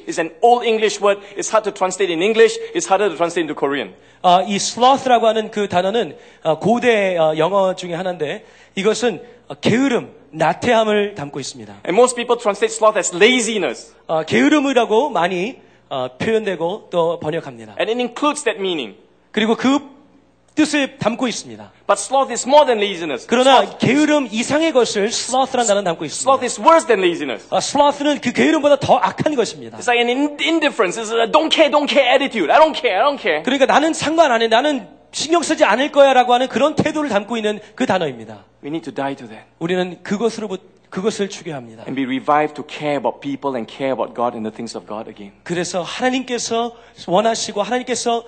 S1: It's an old English word. It's hard to translate in English. It's harder to translate into Korean.
S2: 아, 이 sloth라고 하는 그 단어는 아, 고대 아, 영어 중에 하나인데 이것은 아, 게으름, 나태함을 담고 있습니다.
S1: And most people translate sloth as laziness.
S2: 아, 게으름이라고 많이 아, 표현되고 또 번역합니다.
S1: And it includes that meaning.
S2: 그리고 그 뜻을 담고 있습니다.
S1: But sloth is more than laziness.
S2: 그러나 게으름 이상의 것을 sloth라는 단어는 담고
S1: Sloth
S2: 있습니다.
S1: is worse than laziness.
S2: 아, sloth는 그 게으름보다 더 악한 것입니다.
S1: It's like an in- indifference. It's a don't care, don't care attitude. I don't care, I don't care.
S2: 그러니까 나는 상관 안 해, 나는 신경 쓰지 않을 거야라고 하는 그런 태도를 담고 있는 그 단어입니다.
S1: We need to die to that
S2: 우리는 그것으로부터 그것을 죽여야 합니다.
S1: and be revived to care about people and care about God and the things of God again.
S2: 그래서 하나님께서 원하시고 하나님께서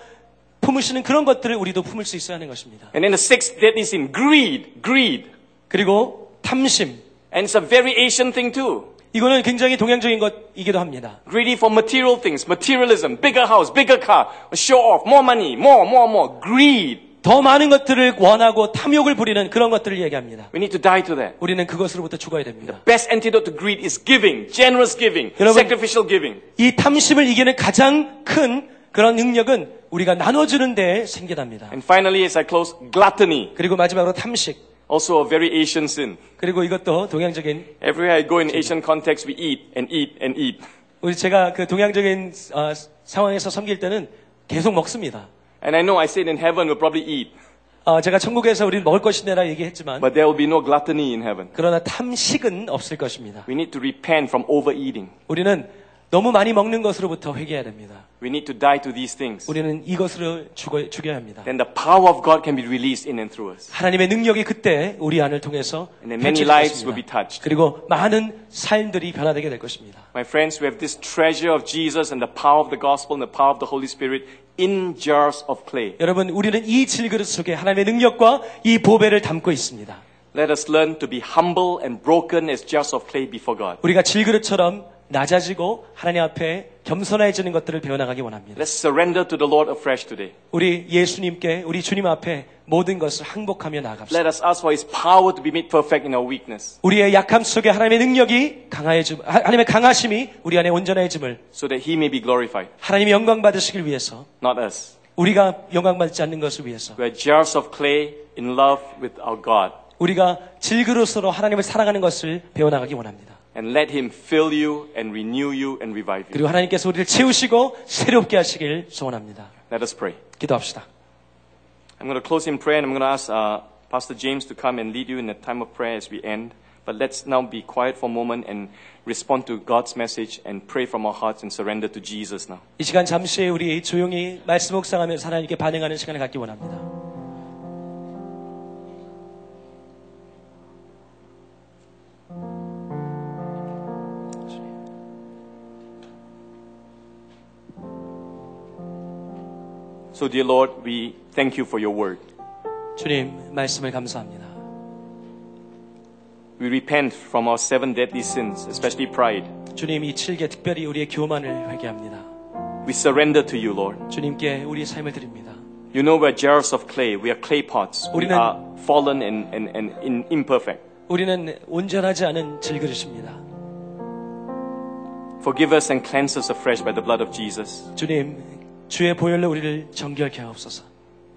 S2: 품으시는 그런 것들을 우리도 품을 수 있어야 하는 것입니다.
S1: And then the sixth deadly sin, greed, greed.
S2: 그리고 탐심.
S1: And it's a very Asian thing too.
S2: 이거는 굉장히 동양적인 것이기도 합니다.
S1: Greedy for material things, materialism, bigger house, bigger car, show off, more money, more, more, more. Greed.
S2: 더 많은 것들을 원하고 탐욕을 부리는 그런 것들을 얘기합니다.
S1: We need to die to that.
S2: 우리는 그것으로부터 죽어야 됩니다.
S1: Best antidote to greed is giving, generous giving,
S2: 여러분-
S1: sacrificial giving.
S2: 이 탐심을 이기는 가장 큰 그런 능력은 우리가 나눠주는 데에 생겨납니다.
S1: And finally, as I close, gluttony.
S2: 그리고 마지막으로 탐식.
S1: Also a very Asian sin.
S2: 그리고 이것도 동양적인
S1: Everywhere I go in Asian context, we eat and eat and eat.
S2: 우리 제가 그 동양적인 어, 상황에서 섬길 때는 계속 먹습니다.
S1: And I know I said in heaven we'll probably eat.
S2: 어, 제가 천국에서 우리는 먹을 것이네라 얘기했지만
S1: But there will be no gluttony in heaven.
S2: 그러나 탐식은 없을 것입니다.
S1: We need to repent from overeating.
S2: 우리는 너무 많이 먹는 것으로부터 회개해야 됩니다.
S1: We need to die to these things.
S2: 우리는 이것으로 죽어, 죽여야 합니다.
S1: Then the power of God can be released in and through us.
S2: 하나님의 능력이 그때 우리 안을 통해서
S1: And then many lives will be
S2: 펼쳐질 것입니다.
S1: touched.
S2: 그리고 많은 삶들이 변화되게 될 것입니다.
S1: My friends, we have this treasure of Jesus and the power of the gospel and the power of the Holy Spirit in jars of clay.
S2: 여러분, 우리는 이 질그릇 속에 하나님의 능력과 이 보배를 담고 있습니다.
S1: Let us learn to be humble and broken as jars of clay before God.
S2: 우리가 질그릇처럼 낮아지고 하나님 앞에 겸손해지는 것들을 배워나가기 원합니다.
S1: Let's surrender to the Lord afresh today.
S2: 우리 예수님께, 우리 주님 앞에 모든 것을 항복하며 나아갑시다.
S1: Let us ask for His power to be made perfect in our weakness
S2: 우리의 약함 속에 하나님의 능력이 강하여짐, 하- 하나님의 강하심이 우리 안에 온전해짐을
S1: so that He may be glorified,
S2: 하나님의 영광 받으시길 위해서
S1: not us.
S2: 우리가 영광 받지 않는 것을 위해서
S1: We're jars of clay in love with our God.
S2: 우리가 질그릇으로 하나님을 사랑하는 것을 배워나가기 원합니다.
S1: And let Him fill you and renew you and revive you.
S2: 그리고 하나님께서 우리를 채우시고 새롭게 하시길 소원합니다.
S1: Let us pray.
S2: 기도합시다.
S1: I'm going to close in prayer and I'm going to ask uh, Pastor James to come and lead you in a time of prayer as we end. But let's now be quiet for a moment and respond to God's message and pray from our hearts and surrender to Jesus now.
S2: 이 시간 잠시 우리 조용히 말씀 묵상하면서 하나님께 반응하는 시간을 갖기 원합니다.
S1: So, dear Lord, we thank you for your word.
S2: 주님 말씀을 감사합니다.
S1: We repent from our seven deadly sins, especially pride.
S2: 주님 이 칠개 특별히 우리의 교만을 회개합니다.
S1: We surrender to you, Lord.
S2: 주님께 우리의 삶을 드립니다.
S1: You know we're jars of clay. We are clay pots. We
S2: 우리는-
S1: are fallen and, and, and in, imperfect.
S2: 우리는 온전하지 않은 질그릇입니다.
S1: Forgive us and cleanse us afresh by the blood of Jesus.
S2: 주님 주의 보혈로 우리를 정결케 하옵소서.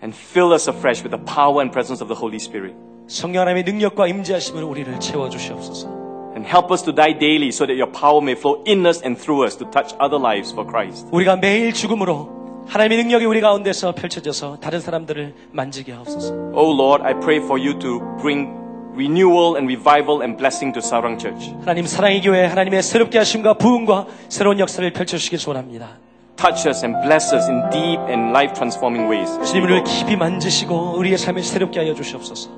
S1: And fill us afresh with the power and presence of the Holy Spirit.
S2: 성령 하나님의 능력과 임재하심으로 우리를 채워 주시옵소서.
S1: And help us to die daily so that your power may flow in us and through us to touch other lives for Christ.
S2: 우리가 매일 죽음으로 하나님의 능력이 우리 가운데서 펼쳐져서 다른 사람들을 만지게 하옵소서.
S1: Oh Lord, I pray for you to bring renewal and revival and blessing to Sarang Church.
S2: 하나님 사랑의 교회 하나님의 새롭게 하심과 부흥과 새로운 역사를 펼쳐 주시길 소원합니다.
S1: Touch us and bless us in deep and life transforming ways. as we
S2: 주님 우리를
S1: go.
S2: 깊이 만지시고 우리의 삶을 새롭게 하여 주시옵소서.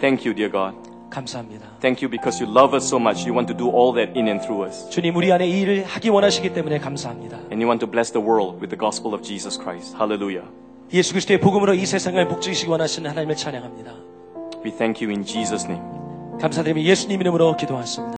S1: Thank you, dear God.
S2: 감사합니다.
S1: Thank you because you love us so much. You want to do all that in and through us.
S2: 주님 우리 안에 이 일을 하기 원하시기 때문에 감사합니다.
S1: and you want to bless the world with the gospel of Jesus Christ. Hallelujah.
S2: 예수 그리스도의 복음으로 이 세상을 복주시기 원하시는 하나님을 찬양합니다.
S1: We thank you in Jesus' name.
S2: 감사드리며 예수님 이름으로 기도하겠습니다.